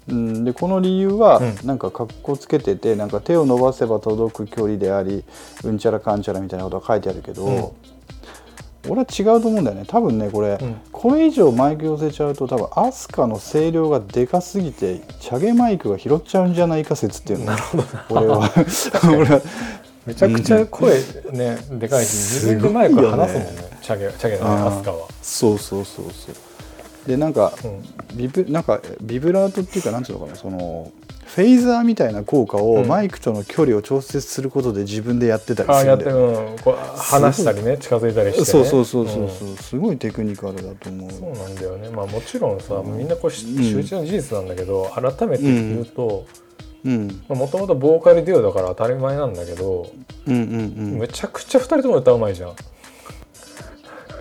Speaker 1: うん、でこの理由は、
Speaker 2: うん
Speaker 1: なんか格好つけててなんか手を伸ばせば届く距離でありうんちゃらかんちゃらみたいなことが書いてあるけど、俺は違うと思うんだよね多分ねこれ、
Speaker 2: うん
Speaker 1: これ以上マイク寄せちゃうと多分アスカの声量がでかすぎてチャゲマイクが拾っちゃうんじゃないか説っていうのなるほど俺は俺 は
Speaker 2: めちゃくちゃ声ね、でかいし自分でマイク離すもんねチャゲチャゲのね
Speaker 1: あー
Speaker 2: アスカは
Speaker 1: そうそうそうそうでなんか、
Speaker 2: う
Speaker 1: ビブなんかビブラートっていうかなんていうのかなそのフェイザーみたいな効果を
Speaker 2: うん
Speaker 1: マイクとの距離を調節することで自分でやってたり
Speaker 2: ああ
Speaker 1: す
Speaker 2: や
Speaker 1: るん
Speaker 2: って
Speaker 1: だ
Speaker 2: る
Speaker 1: よ、
Speaker 2: うんこう離したりね近づいたりして、ね、
Speaker 1: そうそうそうそうそ
Speaker 2: ん
Speaker 1: う、すごいテクニカルだと思う
Speaker 2: そうなんだよねまあもちろんさみんなこうし周知の事実なんだけど改めて言うと
Speaker 1: うん
Speaker 2: もともとボーカルデュオだから当たり前なんだけど
Speaker 1: うんうん
Speaker 2: めちゃくちゃ2人とも歌うまいじゃん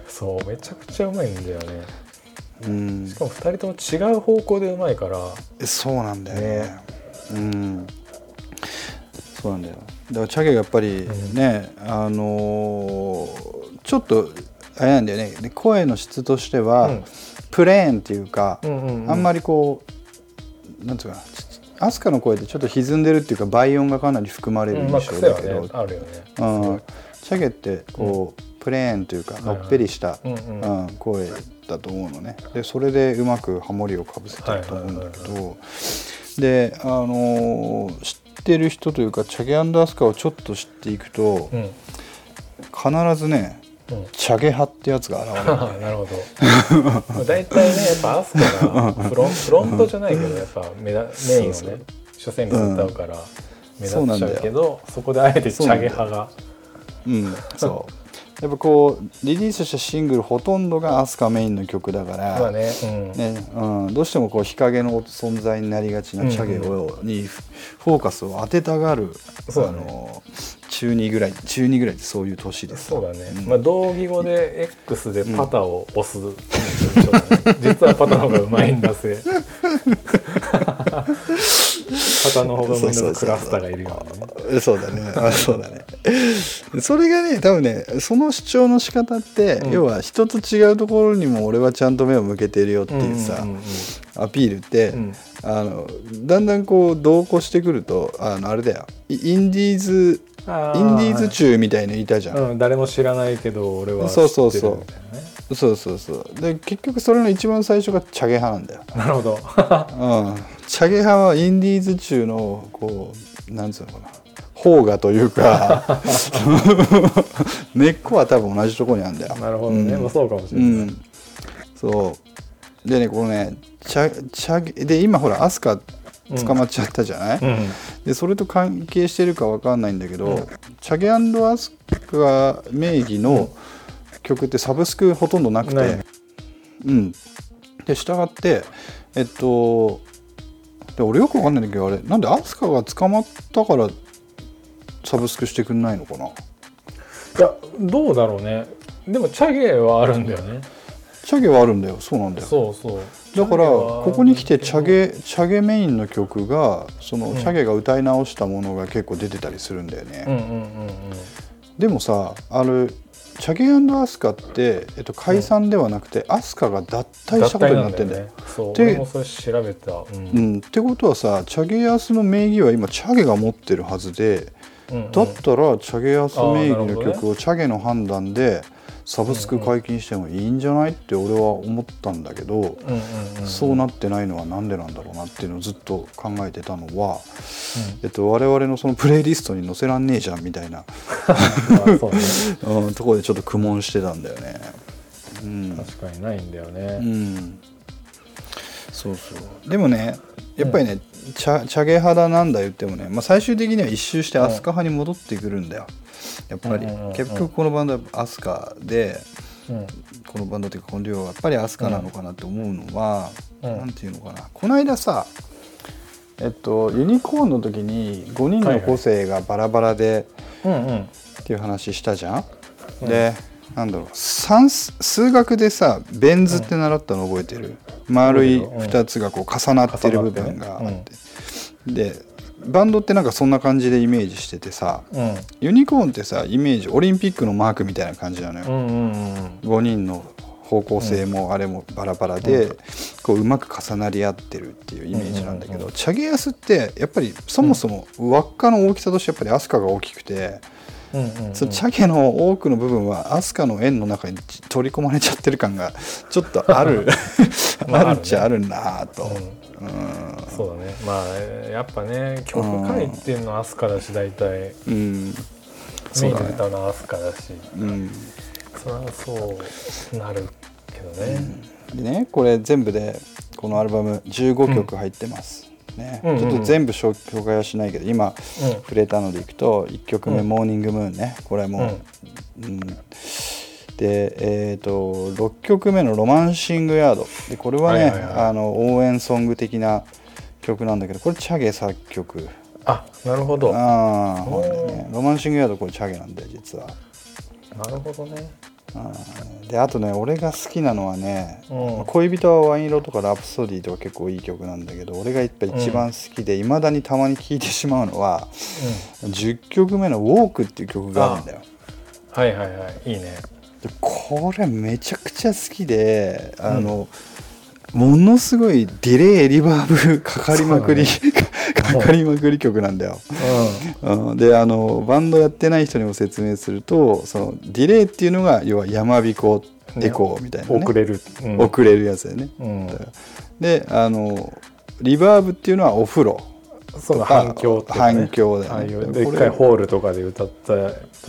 Speaker 2: そうめちゃくちゃうまいんだよね
Speaker 1: うんうん
Speaker 2: しかも2人とも違う方向でうまいから
Speaker 1: そうなんだよね
Speaker 2: ね
Speaker 1: うんそうなんだよだからチャゲがやっぱりね、あのーちょっとあれなんだよねで声の質としては、
Speaker 2: うん
Speaker 1: プレーンっていうか、
Speaker 2: うんうん、うん、
Speaker 1: あんま
Speaker 2: り
Speaker 1: りこうなんつうかなちちアスカの声ってちょっと歪んでるっていうか倍音がかなり含まれる
Speaker 2: まあ
Speaker 1: 印象
Speaker 2: 癖
Speaker 1: だ
Speaker 2: は
Speaker 1: け
Speaker 2: ね
Speaker 1: ど、
Speaker 2: あるよね
Speaker 1: うん、チャゲってこう、プレーンというか
Speaker 2: いは
Speaker 1: の
Speaker 2: い
Speaker 1: っぺりした、
Speaker 2: うんうん
Speaker 1: うん声だと思うのねでそれでうまくハモリをかぶせたと思うんだけど、で、あのー知ってる人というかチャゲアスカをちょっと知っていくと、
Speaker 2: うん
Speaker 1: 必ずね
Speaker 2: うん
Speaker 1: チャゲ派ってやつが現 れる。
Speaker 2: ああなるほど大体ねやっぱアスカが フロンフロントじゃないけどやっぱ目だメインを
Speaker 1: そうそ
Speaker 2: ね
Speaker 1: う
Speaker 2: 初戦で歌うから目立
Speaker 1: そう
Speaker 2: っ
Speaker 1: なん
Speaker 2: ち
Speaker 1: だ
Speaker 2: ゃ
Speaker 1: よ
Speaker 2: うけどそこであえてチャゲ派が
Speaker 1: うん、そうやっぱこうリリースしたシングルほとんどがアスカメインの曲だか
Speaker 2: まあ
Speaker 1: ら、
Speaker 2: ねうん
Speaker 1: ねうん、どうしてもこう日陰の存在になりがちなチャゲを、にフォーカスを当てたがる、
Speaker 2: そうだ
Speaker 1: あ
Speaker 2: ね
Speaker 1: の中2ぐらい中2ぐらいってそういう年です
Speaker 2: そうだね、
Speaker 1: ん
Speaker 2: まあ同義語で X でパタを押す、実はパタの方がうまいん だぜパタの方がうまいんだぜクラスターがいるようなね
Speaker 1: えそうだね あそうだねそれがね多分ねその主張の仕方って、
Speaker 2: うん
Speaker 1: 要は人と違うところにも俺はちゃんと目を向けてるよっていうさ、
Speaker 2: うんうんうん
Speaker 1: アピールって、
Speaker 2: うん
Speaker 1: あのだんだんこう同行してくるとあのあれだよイインディーズ
Speaker 2: あー
Speaker 1: インディーズ中みたいのいたじゃん、
Speaker 2: うん、誰も知らないけど俺は知って
Speaker 1: そう
Speaker 2: る
Speaker 1: そうそう
Speaker 2: みたいなね
Speaker 1: そうそうそうで結局それの一番最初がチャゲ派なんだよ、
Speaker 2: なるほど
Speaker 1: うん、チャゲ派はインディーズ中のこうなんつうのかな方がという か根っこは多分同じところにあるんだよ
Speaker 2: なるほどね、
Speaker 1: うん
Speaker 2: まあそうかもしれ
Speaker 1: う
Speaker 2: ない、
Speaker 1: ん、そうでねこのねチャチャゲで今ほらアスカ捕まっちゃったじゃない、
Speaker 2: うん
Speaker 1: でそれと関係してるかわかんないんだけど、チャゲアスカ名義の曲ってサブスクほとんどなくて、
Speaker 2: ない
Speaker 1: うん、で従ってえっとで俺よくわかんないんだけどあれなんでアスカが捕まったからサブスクしてくんないのかない
Speaker 2: やどうだろうねでもチャゲはあるんだよね
Speaker 1: チャゲはあるんだよそうなんだよ
Speaker 2: そうそう
Speaker 1: だから
Speaker 2: チャゲはあるんだけ
Speaker 1: こ
Speaker 2: ど
Speaker 1: こに来てチャゲチャゲメインの曲がその、
Speaker 2: うん
Speaker 1: チャゲが歌い直したものが結構出てたりするんだよね、
Speaker 2: うんうんうんうん
Speaker 1: でもさあれチャゲアスカって、えっと、解散ではなくて、アスカが脱退したことになってんだよ。
Speaker 2: 脱退なそう
Speaker 1: で
Speaker 2: 俺もそれ調べたうん
Speaker 1: う、ん、ってことはさチャゲアスの名義は今チャゲが持ってるはずで
Speaker 2: うんうん
Speaker 1: だったらチャゲアス名義の
Speaker 2: あーなるほ
Speaker 1: 曲をチャゲの判断でサブスク解禁してもいいんじゃないって俺は思ったんだけど、
Speaker 2: うんうんうん、
Speaker 1: そうなってないのはなんでなんだろうなっていうのをずっと考えてたのは、えっと、我々のそのプレイリストに載せらんねえじゃんみたいな、
Speaker 2: まあそうね
Speaker 1: うん、ところでちょっと苦悶してたんだよね。うん
Speaker 2: 確かにないんだよ
Speaker 1: う
Speaker 2: ね、
Speaker 1: ん、そうそうでもねやっぱりね、チャチャゲ派だなんだ言ってもね、まあ、最終的には一周してアスカ派に戻ってくるんだよやっぱり、
Speaker 2: うんうんうん
Speaker 1: 結局このバンドはアスカで
Speaker 2: うん
Speaker 1: このバンドっていうかこの量はやっぱりアスカなのかなと思うのは
Speaker 2: う
Speaker 1: 何、
Speaker 2: ん
Speaker 1: なん、ていうのかなこの間さえっとユニコーンの時に5人の個性がバラバラで、
Speaker 2: うんうん
Speaker 1: っていう話したじゃん、でなんだろう算数数学でさベン図って習ったの覚えてる、丸い
Speaker 2: うん
Speaker 1: 2つがこう重なってる部分があってでバンドってなんかそんな感じでイメージしててさ
Speaker 2: うん
Speaker 1: ユニコーンってさイメージオリンピックのマークみたいな感じなのよ、
Speaker 2: うんうんうん
Speaker 1: 5人の方向性もあれもバラバラで、こううまく重なり合ってるっていうイメージなんだけど、
Speaker 2: うんうんう
Speaker 1: チャゲヤスってやっぱりそもそも輪っかの大きさとしてやっぱりアスカが大きくて、
Speaker 2: うんうんうん
Speaker 1: そのチャゲの多くの部分はアスカの円の中に取り込まれちゃってる感がちょっとあ る
Speaker 2: まあ
Speaker 1: あるっちゃあるなぁと、
Speaker 2: うんそうだねまあえーやっぱね曲書いてんのアスカだし大体
Speaker 1: うん
Speaker 2: メ
Speaker 1: そ
Speaker 2: イ
Speaker 1: う
Speaker 2: ン
Speaker 1: だ
Speaker 2: で
Speaker 1: ね
Speaker 2: 歌うのはアスカだし
Speaker 1: うん
Speaker 2: そりゃそうなるけどね
Speaker 1: でねこれ全部でこのアルバム15曲入ってます、ね
Speaker 2: うんうんうん
Speaker 1: ちょっと全部紹紹介はしないけど今触れたのでいくと1曲目「
Speaker 2: うん
Speaker 1: モーニングムーンね」これも、うんでえっ、と6曲目の「ロマンシングヤード」でこれはね、
Speaker 2: はいはいはい
Speaker 1: あの応援ソング的な曲なんだけどこれチャゲ作曲
Speaker 2: あなるほどな
Speaker 1: ああ
Speaker 2: お
Speaker 1: 本
Speaker 2: ー
Speaker 1: 来ね「ロマンシングヤード」これチャゲなんだよ実は。
Speaker 2: るほどね
Speaker 1: うんであとね俺が好きなのはね「
Speaker 2: うん
Speaker 1: まあ恋人はワイン色」とか「ラプソディ」とか結構いい曲なんだけど俺がやっぱ一番好きでいま、未だにたまに聴いてしまうのは10曲目の「ウォーク」っていう曲があるんだよ。
Speaker 2: はいはいはいいいね
Speaker 1: でこれめちゃくちゃ好きであの、ものすごいディレイリバーブかかりまくり、 かかりまくり曲なんだよ。うん、であのバンドやってない人にも説明するとそのディレイっていうのが要は山彦エコーみたいな、ね
Speaker 2: 遅れるうん
Speaker 1: 遅れるやつだよね。
Speaker 2: うん
Speaker 1: だからであのリバーブっていうのはお風呂
Speaker 2: その反響とかね
Speaker 1: 反響だよね
Speaker 2: ああいう
Speaker 1: で
Speaker 2: で
Speaker 1: こ
Speaker 2: っ
Speaker 1: れ
Speaker 2: かいホールとかで歌った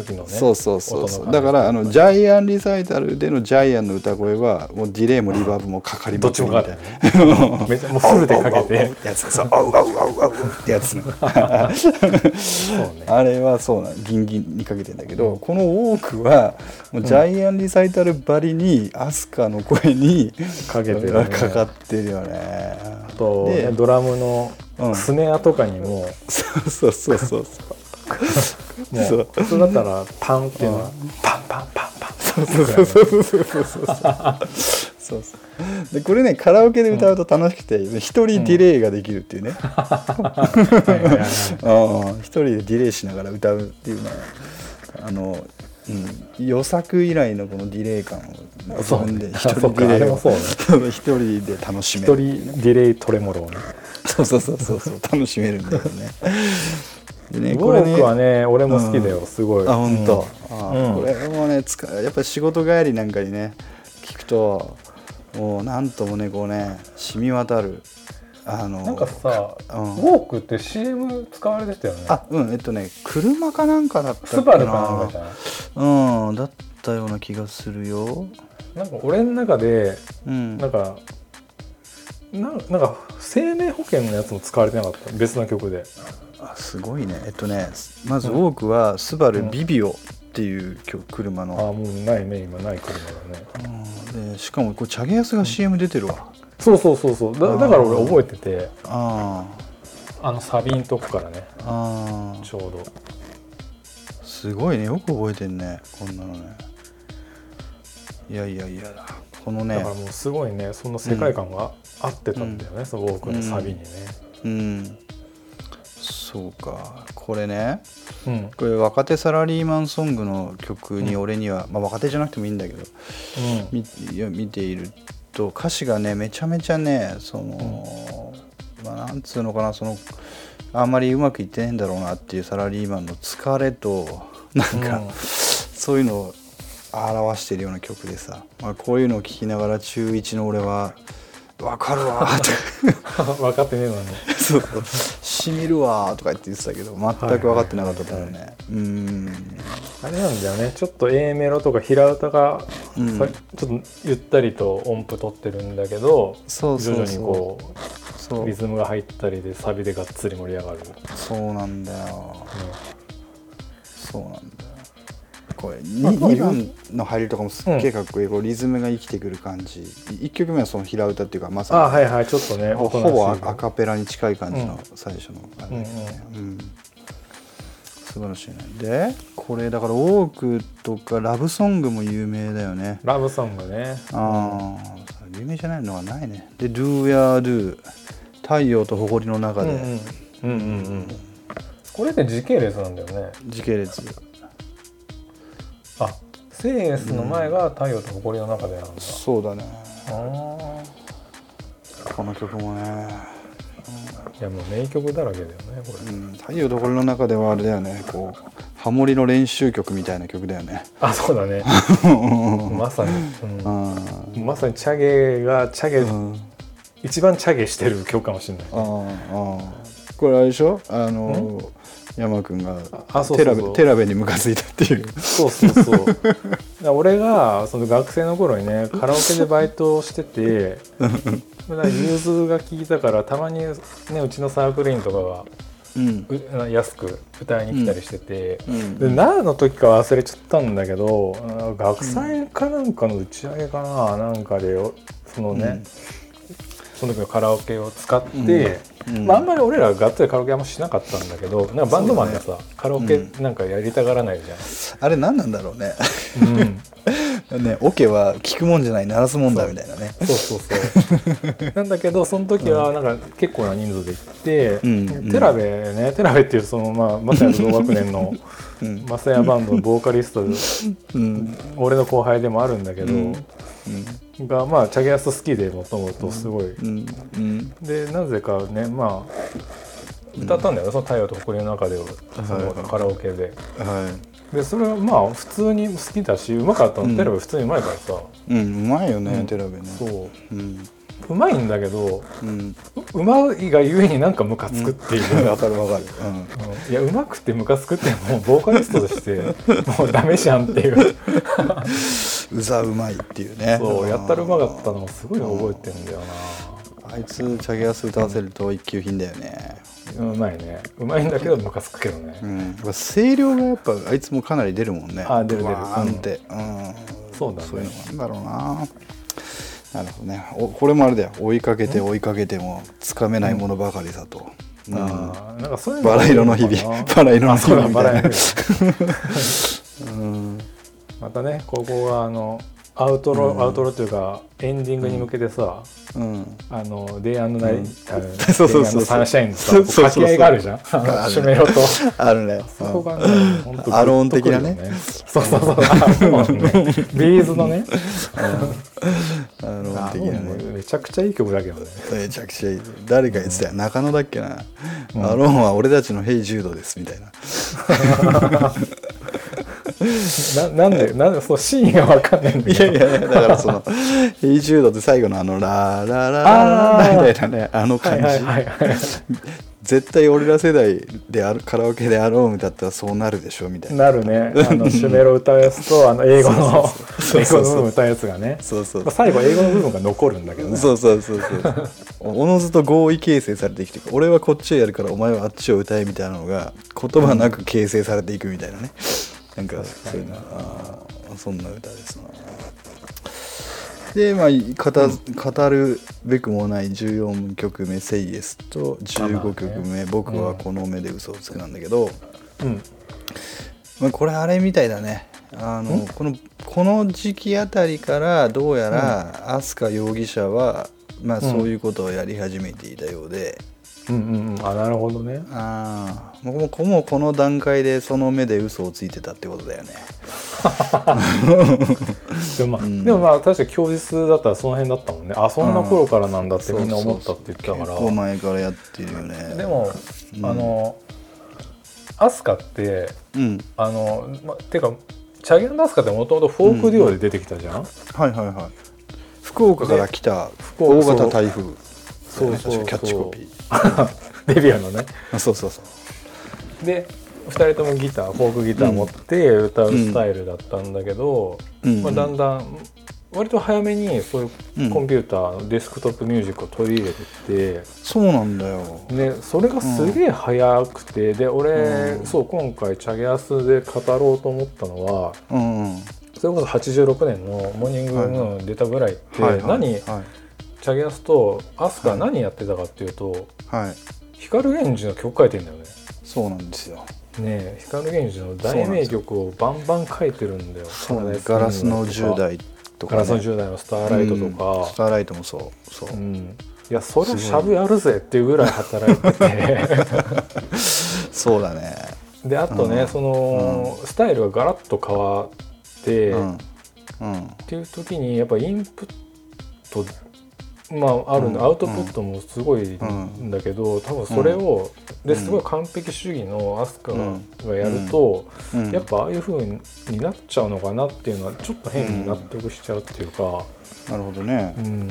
Speaker 2: 時のね
Speaker 1: そうそうそうそう
Speaker 2: 音の
Speaker 1: だ
Speaker 2: 感じ
Speaker 1: からあのジャイアンリサイタルでのジャイアンの歌声はもうディレイもリバーブもかかり
Speaker 2: ど
Speaker 1: ま
Speaker 2: っ
Speaker 1: く
Speaker 2: ち
Speaker 1: り
Speaker 2: も
Speaker 1: み
Speaker 2: か
Speaker 1: たい
Speaker 2: かる
Speaker 1: な。
Speaker 2: ねめっちゃもうフルでかけ て
Speaker 1: やつそうあうあうあうあうってやつね
Speaker 2: そうね
Speaker 1: あれはそうなのギンギンにかけてんだけどこのウォークはもうジャイアンリサイタルばりにアスカの声に
Speaker 2: かけてるね
Speaker 1: かかってるよねあ
Speaker 2: あとねドラムのスネアとかにも
Speaker 1: そうそうそうそうそう
Speaker 2: も
Speaker 1: そう
Speaker 2: う普通だったらパンっていうのはパンパンパンパンそう
Speaker 1: そうそうそうそうそうそうそうそうそうでこれねカラオケで歌うと楽しくて一、人ディレイができるっていうねああ一人でディレイしながら歌うっていうのはあの、うん、予作以来のこのディレイ感を自
Speaker 2: そうね
Speaker 1: 分で一人デ
Speaker 2: そっか
Speaker 1: ィ
Speaker 2: あ
Speaker 1: レ
Speaker 2: れ
Speaker 1: イ
Speaker 2: も
Speaker 1: を
Speaker 2: そう ね
Speaker 1: 一人で楽しめる
Speaker 2: 一人ディレイトレモロをね
Speaker 1: そうそうそうそう そう楽しめるんだよね。でね
Speaker 2: ウォークはね俺も好きだよすごい
Speaker 1: あ本当、あー
Speaker 2: うん
Speaker 1: これもね使やっぱり仕事帰りなんかにね聞くともうなんともねこうね染み渡るあの
Speaker 2: なんかさ、
Speaker 1: うん
Speaker 2: ウォークって CM 使われてたよね
Speaker 1: あうんえっとね車かなんかだったっけ
Speaker 2: スバルかなんかじゃない
Speaker 1: うんだったような気がするよ
Speaker 2: なんか俺の中で
Speaker 1: うん
Speaker 2: なんか、ななんか生命保険のやつも使われてなかった別の曲で
Speaker 1: あすごいねえっとねまずウォークは「スバル
Speaker 2: うん
Speaker 1: ビビオ」っていう曲車
Speaker 2: ああ
Speaker 1: の、
Speaker 2: もうないね今ない車だね
Speaker 1: うんでしかもこれチャゲヤスが CM 出てるわ、
Speaker 2: そうそうそうそうだだから俺覚えてて
Speaker 1: あー
Speaker 2: あのサビんとこからね
Speaker 1: あー
Speaker 2: ちょうど
Speaker 1: すごいねよく覚えてんねこんなのねいやいやいやこの
Speaker 2: だ
Speaker 1: ね
Speaker 2: からもうすごいねその世界観が合ってたんだよね、そのウォークのサビにね
Speaker 1: うんそうかこれね
Speaker 2: うん、うん
Speaker 1: これ若手サラリーマンソングの曲に俺には、まあ若手じゃなくてもいいんだけどみいや見ていると歌詞がねめちゃめちゃねその、まあなんつうのかなそのあんまりうまくいってねえんだろうなっていうサラリーマンの疲れとなんか、
Speaker 2: うん
Speaker 1: そういうのを表しているような曲でさ、まあ、こういうのを聴きながら中1の俺は「わかるわ」とか
Speaker 2: 分かってねえのに
Speaker 1: そうそう「しみるわ」とか言って言ってたけど全く分かってなかったからねうん
Speaker 2: あれなんだよねちょっと A メロとか平歌が、
Speaker 1: うん
Speaker 2: さちょっとゆったりと音符取ってるんだけど
Speaker 1: そうそうそう
Speaker 2: 徐々にこ
Speaker 1: そうう
Speaker 2: リズムが入ったりでサビでがっつり盛り上がる、ね
Speaker 1: そうなんだよそうなんだよこれ
Speaker 2: まあ
Speaker 1: 2,
Speaker 2: まあ
Speaker 1: 番の入りとかもすっげえかっこいい、こうリズムが生きてくる感じ1曲目はその平歌っていうかま
Speaker 2: あ
Speaker 1: さ
Speaker 2: はいはいちょっとね
Speaker 1: にほ
Speaker 2: おと
Speaker 1: ほ
Speaker 2: なしい
Speaker 1: ぼアカペラに近い感じの最初の感じだよね、うん素晴らしいねでこれだから多くとかラブソングも有名だよね
Speaker 2: ラブソングね
Speaker 1: ああ有名じゃないのはないねで「Do Ya Do」「太陽と埃の中
Speaker 2: うん
Speaker 1: で」
Speaker 2: うんうんうんうんこれって時系列なんだよね
Speaker 1: 時系列
Speaker 2: あセイエスの前が太陽と埃の中でなんだ、
Speaker 1: そうだね
Speaker 2: ああ
Speaker 1: この曲もね、
Speaker 2: いやもう名曲だらけだよねこれ、
Speaker 1: うん、太陽と埃の中ではあれだよねこうハモリの練習曲みたいな曲だよね
Speaker 2: あそうだ ねまさに、
Speaker 1: う
Speaker 2: うんん、まさにチャゲがチャゲ、
Speaker 1: うんあ
Speaker 2: 一番チャゲしてる曲かもしれない
Speaker 1: あああこれあれでしょあの山君が
Speaker 2: あそうそうそう
Speaker 1: テラベテラベにムカついたっていう
Speaker 2: そうそうそうだから 俺がその学生の頃にねカラオケでバイトをしててだから融通が効いたからたまにねうちのサークル員とかが
Speaker 1: うん
Speaker 2: う安く歌いに来たりしてて、
Speaker 1: うん
Speaker 2: で何の時か忘れちゃったんだけどあ学祭かなんかの打ち上げかな、なんかでよそのね、
Speaker 1: うん
Speaker 2: その時のカラオケを使って、
Speaker 1: うんうん
Speaker 2: まあ、あんまり俺らがっつりカラオケあんましなかったんだけどなんかバンドマンがさ、カラオケなんかやりたがらないじゃ
Speaker 1: あれ何なんだろうね
Speaker 2: ん、うん、
Speaker 1: ねオケは聞くもんじゃない鳴らすもんだみたいなね
Speaker 2: そうそ うそうなんだけどその時はなんか結構な人数で行って、
Speaker 1: うんうん
Speaker 2: テラベねテラベっていうそのまあマサヤと同学年の
Speaker 1: うん
Speaker 2: マサヤバンドのボーカリストで
Speaker 1: うん
Speaker 2: 俺の後輩でもあるんだけど、
Speaker 1: うん
Speaker 2: がまあチャゲアス好きでもともとすごい、
Speaker 1: うんうん
Speaker 2: でなぜかねまあ歌ったんだよね、その「太陽と誇りの中で」をその
Speaker 1: はい
Speaker 2: カラオケで。
Speaker 1: は
Speaker 2: でそれはまあ普通に好きだしうまかったの、
Speaker 1: うん
Speaker 2: テラベ普通にうまいからさ
Speaker 1: いうんうまいよねテラベね
Speaker 2: そう
Speaker 1: うん
Speaker 2: うまいんだけど
Speaker 1: うん
Speaker 2: ううまいがゆえになんかムカつくっていう、
Speaker 1: わかるわかる
Speaker 2: うんいやうまくてムカつくってもうボーカリストとして もうダメじゃんっていう
Speaker 1: うんうざうまいっていうね
Speaker 2: そうやったらうま
Speaker 1: が
Speaker 2: かったのをすごい覚えてんだよ
Speaker 1: あいつチャゲアス歌わせると一級品だよね
Speaker 2: な、うまいねうまいんだけどムカつくけどね、
Speaker 1: うんやっぱ声量がやっぱあいつもかなり出るもんね
Speaker 2: あ出る出る
Speaker 1: バーンってうん
Speaker 2: そうだね
Speaker 1: そういうのがあるんだろうななるほどねおこれもあれだよ追いかけて追いかけてもつかめないものばかりだと、うん
Speaker 2: あーなんかそういう
Speaker 1: バラ色の日々バラ色の日々み
Speaker 2: バラ
Speaker 1: たいな
Speaker 2: 色またねここがあのアウトロ、アウトロというかエンディングに向けてさ、
Speaker 1: うん
Speaker 2: あの「デイアンドナイト」
Speaker 1: そうそうそうそう
Speaker 2: サンシャイン」のさ
Speaker 1: そう
Speaker 2: こう
Speaker 1: そうそう
Speaker 2: 掛け合いがあるじゃんあの主メロと。
Speaker 1: あるね
Speaker 2: そこがね、本当
Speaker 1: アローン的なね
Speaker 2: グッとくるよねそうそうそう、アローンね。ビーズのね。
Speaker 1: あの
Speaker 2: アロ
Speaker 1: 的な
Speaker 2: ーン
Speaker 1: ね
Speaker 2: もめちゃくちゃいい曲だけどね。
Speaker 1: めちゃくちゃいい誰が言ってたよ中野だっけな、アローンは俺たちの「ヘイ柔道です」みたいな
Speaker 2: ななんで、なんで、そう、シーンがわかんないんだ
Speaker 1: いや
Speaker 2: け
Speaker 1: い
Speaker 2: ど。
Speaker 1: やいやだから その「ヘイ柔道」って最後のあの「ラーラーラララ」みたいなねあの
Speaker 2: は
Speaker 1: 感
Speaker 2: い
Speaker 1: じ、
Speaker 2: はいはいは
Speaker 1: 絶対俺ら世代であるカラオケであろう歌ったらそうなるでしょみたい
Speaker 2: い。
Speaker 1: な
Speaker 2: なるね。あの、シュメロ歌うやつと、あの、英語の、
Speaker 1: そうそうそう
Speaker 2: 英語の部分歌うやつがね。
Speaker 1: そうそう
Speaker 2: まあ最後、英語の部分が残るんだけどね。
Speaker 1: そうそうそうそうおのずと合意形成されていくというか俺はこっちをやるからお前はあっちを歌えみたいなのが言葉なく形成されていくみたいなね、なんかそういうのあーそんな歌ですなでまあ語,、語るべくもない14曲目「セイエスと15曲
Speaker 2: まあ
Speaker 1: 目「僕はこの目で嘘をつく」なんだけど、
Speaker 2: うん。
Speaker 1: まあ、これあれみたいだねあのこのこの時期あたりからどうやら飛鳥容疑者は、まあ、そういうことをやり始めていたようで、
Speaker 2: うんうんうん。あ、なるほどね。
Speaker 1: ああもうこもうこの段階でその目で嘘をついてたってことだよね
Speaker 2: でもまあ、でもまあ確かに供述だったらその辺だったもんね。あ、そんな頃からなんだってみんな思ったって言ってたから。
Speaker 1: 結構前からやってるよね
Speaker 2: でも、あのアスカって
Speaker 1: うん
Speaker 2: あの、ま、てかチャゲンダスカってもともとフォークデュオで出てきたじゃん、
Speaker 1: はいはいはい福岡から来た
Speaker 2: 岡
Speaker 1: 大型台風
Speaker 2: そう
Speaker 1: だよね
Speaker 2: そうそ
Speaker 1: 確か
Speaker 2: う
Speaker 1: キャッチコピー
Speaker 2: デビューのね
Speaker 1: あそうそうそう
Speaker 2: で2人ともギターフォークギター持って歌うスタイルだったんだけど、
Speaker 1: うん
Speaker 2: まあ、だんだん割と早めにそういうコンピューターのデスクトップミュージックを取り入れてって、
Speaker 1: そうなんだよ
Speaker 2: ね、それがすげえ早くて、で俺、
Speaker 1: うん
Speaker 2: そう今回チャゲアスで語ろうと思ったのは
Speaker 1: うんはい
Speaker 2: それこそ86年の「モーニングムーン」出たぐらいって、
Speaker 1: はい
Speaker 2: 何、
Speaker 1: はい
Speaker 2: チャゲアスとアスカ
Speaker 1: はい
Speaker 2: 何やってたかっていうと、
Speaker 1: はい
Speaker 2: 光源氏の曲書いてんだよね
Speaker 1: そうなんですよ
Speaker 2: ねえ光源氏の大名曲をバンバン書いてるんだよ
Speaker 1: そうね
Speaker 2: パ
Speaker 1: ガ
Speaker 2: ラ
Speaker 1: ラ
Speaker 2: ダイス
Speaker 1: ス
Speaker 2: ムーン
Speaker 1: の10
Speaker 2: とか
Speaker 1: 代とか、
Speaker 2: ガ
Speaker 1: ね、
Speaker 2: ラスの10代のスターライトと
Speaker 1: うん
Speaker 2: か
Speaker 1: ス、ターライトもそうそう、
Speaker 2: うんいやそりゃしゃぶやるぜっていうぐらい働いてて
Speaker 1: そうだね
Speaker 2: であとね、
Speaker 1: うん
Speaker 2: その、スタイルがガラッと変わって、
Speaker 1: う
Speaker 2: っ
Speaker 1: んうん
Speaker 2: ていう時にやっぱインプットまああるの、
Speaker 1: うん
Speaker 2: アウトプットもすごいんだけど、多分それを、
Speaker 1: ん
Speaker 2: ですごい完璧主義の飛鳥がやると、
Speaker 1: うん
Speaker 2: やっぱああいう風になっちゃうのかなっていうのはちょっと変に納得しちゃうっていうか、
Speaker 1: なるほどね
Speaker 2: う、ん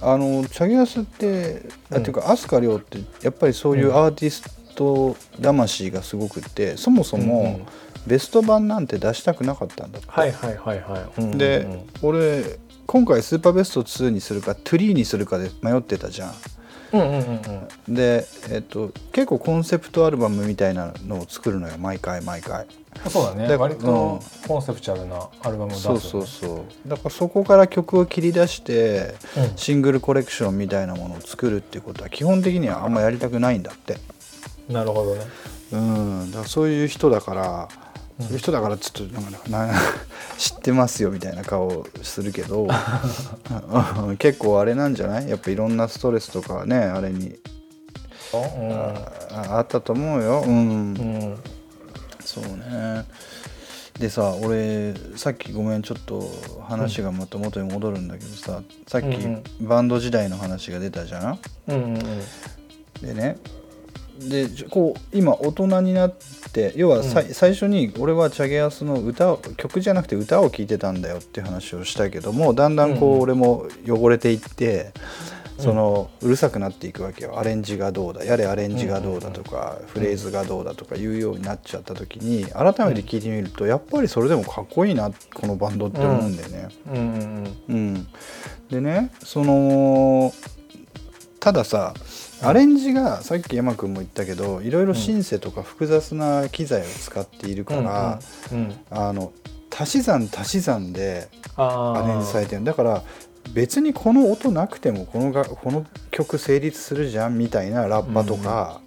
Speaker 1: あのチャギアスって、あ
Speaker 2: う
Speaker 1: っ
Speaker 2: ん
Speaker 1: ていうか飛鳥涼ってやっぱりそういうアーティスト魂がすごくってそもそ
Speaker 2: うん
Speaker 1: も
Speaker 2: うん
Speaker 1: ベスト版なんて出したくなかったんだって、
Speaker 2: はいはいはいはい。うんうんうん
Speaker 1: で、俺今回スーパーベスト2にするかトゥリーにするかで迷ってたじゃん
Speaker 2: うんうんうんうん
Speaker 1: で、えっと、結構コンセプトアルバムみたいなのを作るのよ毎回毎回
Speaker 2: そうだね
Speaker 1: だ
Speaker 2: 割とコンセプチュアルなアルバムを出す、
Speaker 1: そうそうそうだからそこから曲を切り出して
Speaker 2: うん
Speaker 1: シングルコレクションみたいなものを作るっていうことは基本的にはあんまやりたくないんだって
Speaker 2: なるほどね
Speaker 1: うんだからそういう人だから、
Speaker 2: うん
Speaker 1: そういう人だからちょっとなんかな 知ってますよみたいな顔をするけ どうん結構あれなんじゃないやっぱいろんなストレスとかねあれに
Speaker 2: あ
Speaker 1: ああったと思うようん、
Speaker 2: うん、うん、
Speaker 1: そうねでさ俺さっきごめんちょっと話がまた元に戻るんだけどさ、さっき
Speaker 2: うん
Speaker 1: バンド時代の話が出たじゃん、
Speaker 2: うんうんうん
Speaker 1: でねでじゃこう今大人になって要はさい、最初に俺はチャゲアスの歌を曲じゃなくて歌を聴いてたんだよっていう話をしたけどもだんだんこう、
Speaker 2: うんうん
Speaker 1: 俺も汚れていって
Speaker 2: うん
Speaker 1: そのうるさくなっていくわけよアレンジがどうだやれアレンジがどうだとか、フレーズがどうだとかいうようになっちゃった時に改めて聴いてみるとやっぱりそれでもかっこいいなこのバンドって思うんだよね。
Speaker 2: うんうんうん
Speaker 1: うん、でねそのたださアレンジがさっき山君も言ったけどいろいろシンセとか複雑な機材を使っているから、
Speaker 2: うんうんうん
Speaker 1: あの足し算足し算で
Speaker 2: あ
Speaker 1: ア
Speaker 2: ー
Speaker 1: レンジされてるだから別にこの音なくてもこのがこの曲成立するじゃんみたいなラッパとか、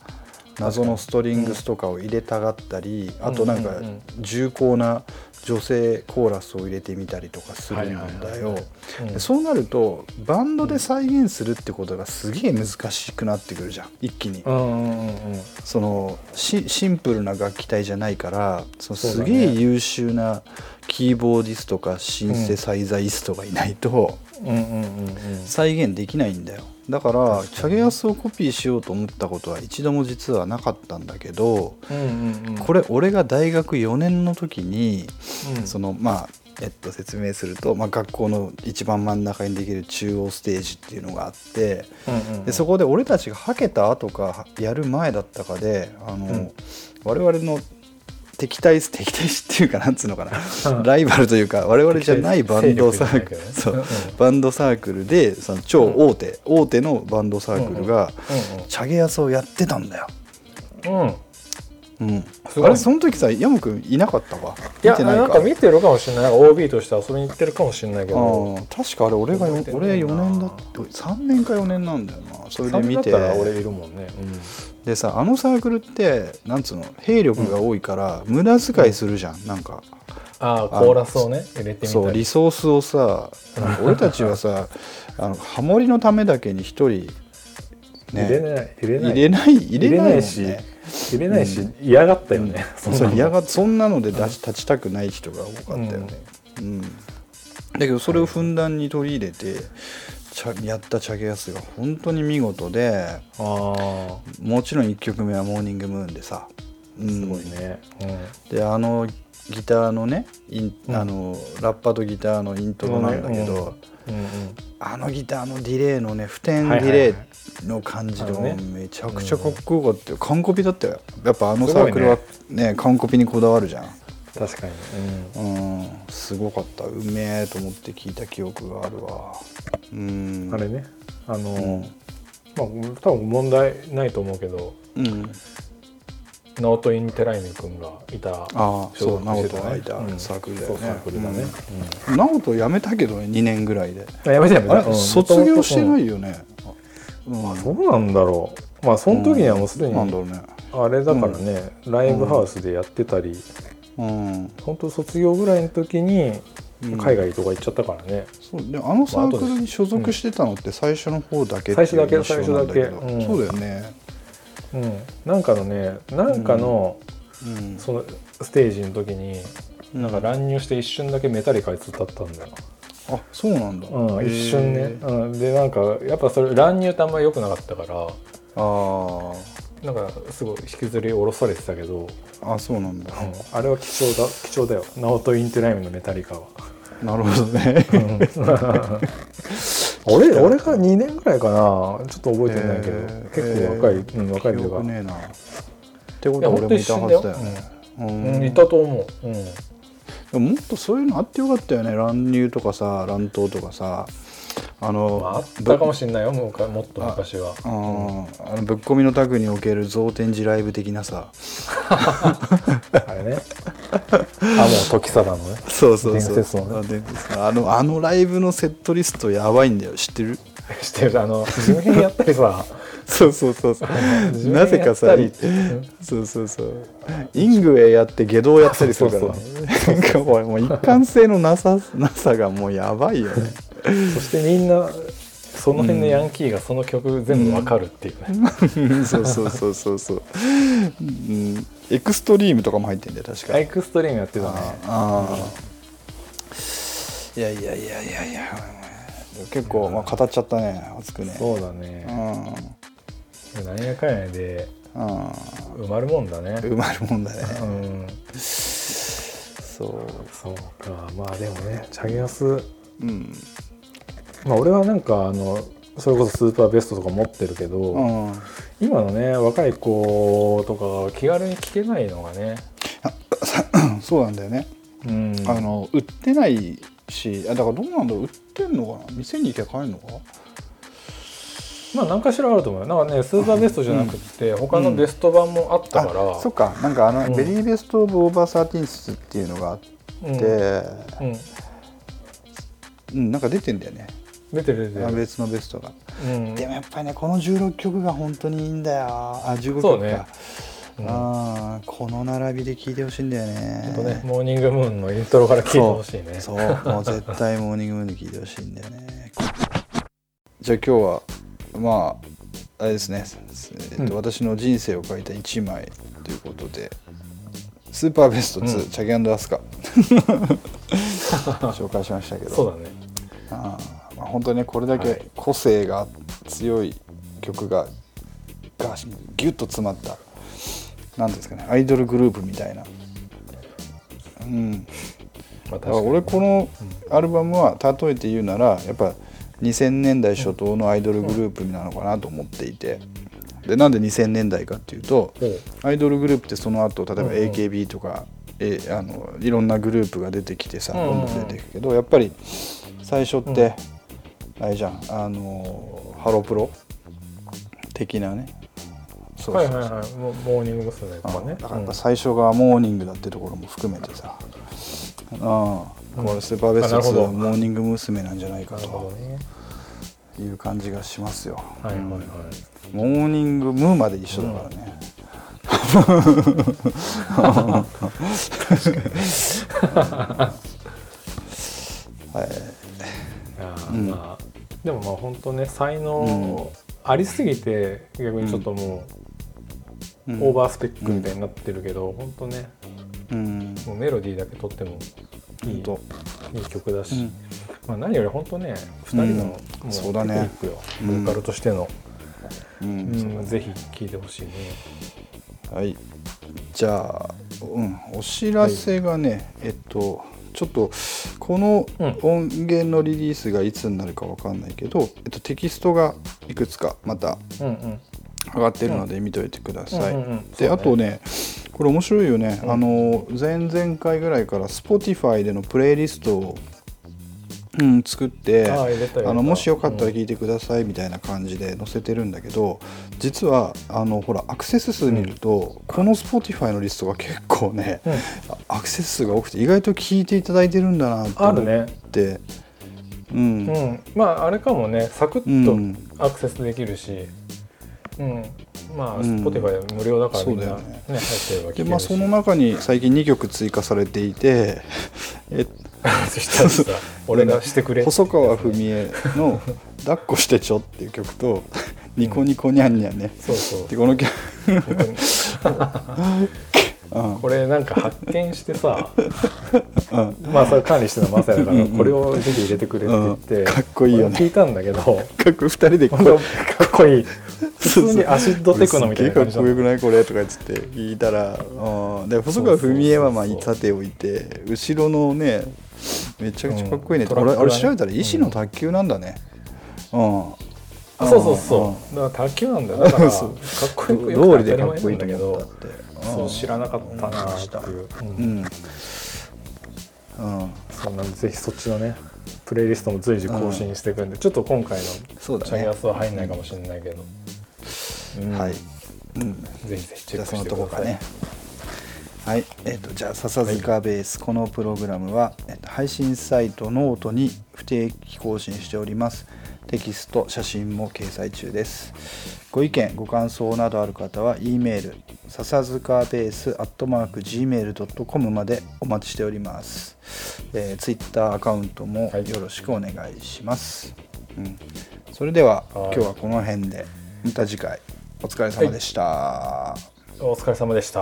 Speaker 1: 謎のストリングスとかを入れたがったり、あとなんか
Speaker 2: うんうんうん
Speaker 1: 重厚な女性コーラスを入れてみたりとかするんだよ。
Speaker 2: うん
Speaker 1: でそうなるとバンドで再現するってことがすげえ難しくなってくるじゃん一気に、
Speaker 2: うんうんうんうん
Speaker 1: そのシシンプルな楽器体じゃないからその
Speaker 2: そう
Speaker 1: す
Speaker 2: だね
Speaker 1: げえ優秀なキーボーディストかシンセサイザイストがいないと
Speaker 2: うんうんうんうん
Speaker 1: 再現できないんだよだからチャゲアスをコピーしようと思ったことは一度も実はなかったんだけど
Speaker 2: うんうんうん
Speaker 1: これ俺が大学4年の時に
Speaker 2: うん
Speaker 1: そのまあえっと説明すると、まあ、学校の一番真ん中にできる中央ステージっていうのがあって
Speaker 2: うんうん
Speaker 1: でそこで俺たちがはけた後かやる前だったかであの、
Speaker 2: ん
Speaker 1: 我々の敵対す敵対視っていうかなんつうのか
Speaker 2: うん
Speaker 1: なライバルというか我々じゃないバンドサークル、
Speaker 2: 敵対勢力じ
Speaker 1: そ
Speaker 2: ゃないうけどねうんうん
Speaker 1: バンドサークルでその超大手、大手のバンドサークルが、チャゲヤスをやってたんだよ。
Speaker 2: うんうんうん
Speaker 1: うん、
Speaker 2: すごいね
Speaker 1: あれその時さ山君いなかったか
Speaker 2: い
Speaker 1: 見
Speaker 2: や
Speaker 1: てない
Speaker 2: なんか見てるかもしれないなんか OB として遊びに行ってるかもしれないけど
Speaker 1: ああ確かあれ俺がよ
Speaker 2: 覚えてな
Speaker 1: 俺
Speaker 2: いな
Speaker 1: 4年だって3年か4年なんだよなそれで
Speaker 2: 三人
Speaker 1: 見
Speaker 2: だってたら俺いるもんね、うん
Speaker 1: でさあのサークルってなんつうの兵力が多いから無駄遣いするじゃん、なんか
Speaker 2: ああ
Speaker 1: あの
Speaker 2: コーラスをね入れてみ
Speaker 1: そう
Speaker 2: た
Speaker 1: リ
Speaker 2: り
Speaker 1: ソースをさなんか俺たちはさあのハモリのためだけに一人
Speaker 2: 入れない入れない
Speaker 1: 入れない入れないもんね
Speaker 2: し入れないし、嫌がったよね、ん
Speaker 1: そう
Speaker 2: なの
Speaker 1: 嫌がそんなので出し立ちたくない人が多かったよね、うんだけどそれをふんだんに取り入れてちゃやったチャゲアスが本当に見事で
Speaker 2: ああ
Speaker 1: もちろん1曲目は「モーニングムーン」でさ、うん
Speaker 2: すごいね、
Speaker 1: であのギターのねイン、
Speaker 2: うん
Speaker 1: あのラッパとギターのイントロなんだけど、
Speaker 2: うん、うん
Speaker 1: あのギターのディレイのね普天
Speaker 2: は
Speaker 1: デ
Speaker 2: いはい
Speaker 1: ィレイの感じで、
Speaker 2: あのね
Speaker 1: めちゃくちゃかっこよかったよ完コピだったよやっぱあのサークルは
Speaker 2: す
Speaker 1: ね完コピにこだわるじゃん
Speaker 2: 確かに、うん
Speaker 1: うんすごかったうめえと思って聞いた記憶があるわうん
Speaker 2: あれねあの、
Speaker 1: うん
Speaker 2: まあ多分問題ないと思うけど
Speaker 1: うん
Speaker 2: 直人インテライミ君がいた
Speaker 1: ああそう
Speaker 2: 所属して
Speaker 1: 直人がいた
Speaker 2: うん
Speaker 1: サークルだよね
Speaker 2: そうサークルだね、うん
Speaker 1: 直人辞めたけどね2年ぐらいで
Speaker 2: あやめてやめて
Speaker 1: あれ、
Speaker 2: うん
Speaker 1: 卒業して
Speaker 2: うん
Speaker 1: ないよね、うん
Speaker 2: そうなんだろうまあその時にはもうすでに、
Speaker 1: なんだろうね
Speaker 2: あれだからね、ライブハウスでやってたり、
Speaker 1: うん、
Speaker 2: 本当卒業ぐらいの時に
Speaker 1: うん
Speaker 2: 海外とか行っちゃったからね、
Speaker 1: そうであのサークルに所属してたのって最初の方だけって
Speaker 2: 最初だけ
Speaker 1: いう印象なんけど
Speaker 2: 最初だけうん
Speaker 1: そうだよね、
Speaker 2: うんなんかのねなんかの
Speaker 1: うん、
Speaker 2: そのステージの時に
Speaker 1: うん
Speaker 2: なんか乱入して一瞬だけメタリカに歌ったんだよ、
Speaker 1: あそうなんだ、
Speaker 2: うん、
Speaker 1: へー
Speaker 2: 一瞬ね、うん、でなんかやっぱそれ乱入ってあんまり良くなかったから
Speaker 1: あ
Speaker 2: なんかすごい引きずり下ろされてたけど、
Speaker 1: ああそうなんだ、
Speaker 2: うんあれは貴重だ貴重だよナオト・インテライムのメタリカは。
Speaker 1: なるほどね
Speaker 2: 俺俺が2年ぐらいかなちょっと覚えてないけど、
Speaker 1: えー
Speaker 2: 結構若い、
Speaker 1: えー
Speaker 2: うん、若い
Speaker 1: 記
Speaker 2: というか、
Speaker 1: 憶ねえなってこ
Speaker 2: い
Speaker 1: と
Speaker 2: や
Speaker 1: は
Speaker 2: ほ
Speaker 1: 俺
Speaker 2: ん
Speaker 1: も
Speaker 2: と
Speaker 1: い
Speaker 2: 一
Speaker 1: た
Speaker 2: 瞬
Speaker 1: は
Speaker 2: だよ
Speaker 1: ずだよね
Speaker 2: うん
Speaker 1: うん
Speaker 2: いたと思う、うん、
Speaker 1: でももっとそういうのあってよかったよね乱入とかさ乱闘とかさあの,ぶ、
Speaker 2: まああったかもしれないよもうかもっと昔は
Speaker 1: うんあのぶっ込みのタグにおける増天寺ライブ的なさ
Speaker 2: あれねあもう時貞のね
Speaker 1: そうそうそう
Speaker 2: 伝説の
Speaker 1: 伝説のあのあのライブのセットリストやばいんだよ知ってる
Speaker 2: してるあの事務編やったりさ
Speaker 1: そうそうそうそう
Speaker 2: 自分で
Speaker 1: なぜか
Speaker 2: や
Speaker 1: さ
Speaker 2: ったりって
Speaker 1: そうそうそうイングウェイやって下道やったりするから
Speaker 2: そうそ
Speaker 1: なんかこれもう一貫性のなさなさがもうやばいよね
Speaker 2: そしてみんなその辺のヤンキーがその曲全部わかるっていうね、
Speaker 1: そうそうそうそうそう、うん、エクストリームとかも入ってんだよ確か
Speaker 2: アイクストリームやってたね
Speaker 1: ああいやいやいやいやいや結構、まあ、語っちゃったね熱くね
Speaker 2: そうだね
Speaker 1: ん
Speaker 2: なんやかんやで
Speaker 1: うん
Speaker 2: 埋まるもんだね
Speaker 1: 埋まるもんだね
Speaker 2: うん
Speaker 1: そ
Speaker 2: そうかまあでもねチャゲアス
Speaker 1: ううん
Speaker 2: まあ俺はなんかあのそれこそスーパーベストとか持ってるけど、
Speaker 1: うん
Speaker 2: 今のね若い子とかが気軽に聞けないのがね
Speaker 1: そうなんだよね、
Speaker 2: うん
Speaker 1: あの売ってないしあだからどうなんだろう売ってんのかな店に行けば買えるのか
Speaker 2: まあ何かしらあると思うよなんかねスーパーベストじゃなくて他のベスト版もあったから、
Speaker 1: あそっかなんかあの、
Speaker 2: うん
Speaker 1: ベリーベスト・オブ・オーバー・サーティンスっていうのがあって、
Speaker 2: うんうん
Speaker 1: うん、なんか出てんだよね、
Speaker 2: 出てる出て
Speaker 1: あ
Speaker 2: る、
Speaker 1: 別のベストが、
Speaker 2: うん、
Speaker 1: でもやっぱりねこの16曲が本当にいいんだよあ15曲か
Speaker 2: そうねうん
Speaker 1: あーこの並びで聴いてほしいんだよね
Speaker 2: ほんとねモーニングムーンのイントロから聞いてほしいね
Speaker 1: そうもう絶対モーニングムーンで聴いてほしいんだよねじゃあ今日はまああれですね、えっと
Speaker 2: うん
Speaker 1: 私の人生を変えた1枚ということでスーパーベスト2、
Speaker 2: うん
Speaker 1: チャゲア スカ紹介しましたけど
Speaker 2: そうだね
Speaker 1: あーまあ、本当にねこれだ
Speaker 2: は
Speaker 1: け
Speaker 2: い
Speaker 1: 個性が強い曲ががギュッと詰まったなんていうんですかねアイドルグループみたいな、うん、
Speaker 2: ま
Speaker 1: だ
Speaker 2: あ確か
Speaker 1: から
Speaker 2: に
Speaker 1: 俺このアルバムは例えて言うならやっぱ2000年代初頭のアイドルグループなのかなと思っていてでなんで2000年代かっていうと
Speaker 2: うん
Speaker 1: アイドルグループってその後例えば
Speaker 2: うんうん
Speaker 1: AKB とか、えあのいろんなグループが出てきてさ
Speaker 2: うんう
Speaker 1: どん
Speaker 2: ん
Speaker 1: どん出ていくけどやっぱり最初って、あれじゃんあのハロプロ的なねそう
Speaker 2: はい
Speaker 1: そう
Speaker 2: はい
Speaker 1: そう
Speaker 2: はいモモーニング娘。とかね
Speaker 1: だからやっ
Speaker 2: うん
Speaker 1: ぱ最初がモーニングだってところも含めてさ、うん、これスーパーベスト
Speaker 2: あなるほ
Speaker 1: 2
Speaker 2: ど
Speaker 1: はモーニング娘。なんじゃないか
Speaker 2: なるほ
Speaker 1: と
Speaker 2: どね
Speaker 1: いう感じがしますよ
Speaker 2: はいはいはい
Speaker 1: モーニングムーまで一緒だからね、
Speaker 2: いやーまあでもまあ本当ね才能ありすぎて逆にちょっともう
Speaker 1: うん
Speaker 2: オーバースペックみたいになってるけど本当ね
Speaker 1: うん
Speaker 2: もうメロディーだけ取ってもいい
Speaker 1: 本当
Speaker 2: いい曲だ
Speaker 1: う
Speaker 2: し
Speaker 1: ん
Speaker 2: まあ何より本当ね2人の
Speaker 1: うん
Speaker 2: もう
Speaker 1: そうだね
Speaker 2: テクニックよ
Speaker 1: う
Speaker 2: ボ
Speaker 1: ん
Speaker 2: ーカルとしての
Speaker 1: うん
Speaker 2: うんぜひ聴いてほしいね
Speaker 1: はい。じゃあ、うん、お知らせがね、えっと、ちょっとこの
Speaker 2: うん
Speaker 1: 音源のリリースがいつになるかわかんないけど、えっと、テキストがいくつかまた
Speaker 2: うんうん
Speaker 1: 上がってるので見といてください。
Speaker 2: うんうんうん
Speaker 1: で、
Speaker 2: そうね
Speaker 1: あとねこれ面白いよね、
Speaker 2: うん
Speaker 1: あの前々回ぐらいから Spotify でのプレイリストを、うん、作って
Speaker 2: あー入れた入れた
Speaker 1: あのもしよかったら聞いてくださいみたいな感じで載せてるんだけど実はあのほらアクセス数見ると、この Spotify のリストが結構ね、
Speaker 2: うん
Speaker 1: アクセス数が多くて意外と聞いていただいてるんだなって
Speaker 2: あ
Speaker 1: 思
Speaker 2: る
Speaker 1: っ
Speaker 2: ね
Speaker 1: て、うん
Speaker 2: うんまああれかもねサク
Speaker 1: う
Speaker 2: ッ
Speaker 1: ん
Speaker 2: とアクセスできるしうんまあ、
Speaker 1: うん
Speaker 2: Spotify 無料だからみんな、
Speaker 1: そう
Speaker 2: ね
Speaker 1: だよね
Speaker 2: 入ってれば聞け
Speaker 1: で
Speaker 2: るし
Speaker 1: まあその中に最近2曲追加されていて え
Speaker 2: そした らさ俺がしてくれ
Speaker 1: 細川文江の「抱っこしてちょ」っていう曲と「ニコニコニャンニャンね」
Speaker 2: そうそう
Speaker 1: でこの曲うん
Speaker 2: これなんか発見してさ
Speaker 1: うん
Speaker 2: まあそれ管理してるのはマサヤだからこれをぜひ入れてくれって言って、
Speaker 1: うんかっこいいよね
Speaker 2: 俺聞いたんだけど
Speaker 1: 各2人でこ
Speaker 2: 本
Speaker 1: れ
Speaker 2: 当かっこいい普通にアシッドテクノみたいな感じ
Speaker 1: すっ
Speaker 2: だ
Speaker 1: げえかっこよくないこれとかっつって聞いたら、うん、で細川文江はまあ
Speaker 2: そうそうそう
Speaker 1: さておいて後ろのねめちゃくちゃかっこいいね、
Speaker 2: うんトラッ
Speaker 1: 俺
Speaker 2: クがね
Speaker 1: あれ調べたら医師の卓球なんだねうん、
Speaker 2: あそうそうそうだから卓球なんだよだか ら
Speaker 1: そう
Speaker 2: かっこよくよ
Speaker 1: 道
Speaker 2: く
Speaker 1: 理
Speaker 2: て
Speaker 1: で
Speaker 2: 当たり
Speaker 1: か
Speaker 2: 前
Speaker 1: っこい
Speaker 2: ないん
Speaker 1: と思
Speaker 2: だけ
Speaker 1: ったっ
Speaker 2: ど
Speaker 1: て
Speaker 2: そう知らなかったなっていう、うん
Speaker 1: うん、うんうん、
Speaker 2: そんなんでぜひそっちのねプレイリストも随時更新していくんで、ちょっと今回のチ
Speaker 1: そうだね
Speaker 2: ャゲアスは入んないかもしれないけど、うん
Speaker 1: はい、
Speaker 2: ぜ
Speaker 1: うん、
Speaker 2: ひぜひチ
Speaker 1: じ
Speaker 2: ェ
Speaker 1: ゃ
Speaker 2: ッ
Speaker 1: あ
Speaker 2: ク
Speaker 1: そ
Speaker 2: し
Speaker 1: の
Speaker 2: て
Speaker 1: と
Speaker 2: く
Speaker 1: こ
Speaker 2: ださ
Speaker 1: か
Speaker 2: い
Speaker 1: ねはい、えっとじゃあ笹塚ベース、このプログラムは、えっと配信サイトノートに不定期更新しておりますテキスト写真も掲載中ですご意見ご感想などある方は E メール笹塚ベースアットマーク Gmail.com までお待ちしております、えー、ツイッターアカウントも
Speaker 2: はい
Speaker 1: よろしくお願いします、うん、それでは
Speaker 2: は
Speaker 1: 今
Speaker 2: い
Speaker 1: 日はこの辺でまた次回お疲れ様でした、
Speaker 2: お疲れ様でした。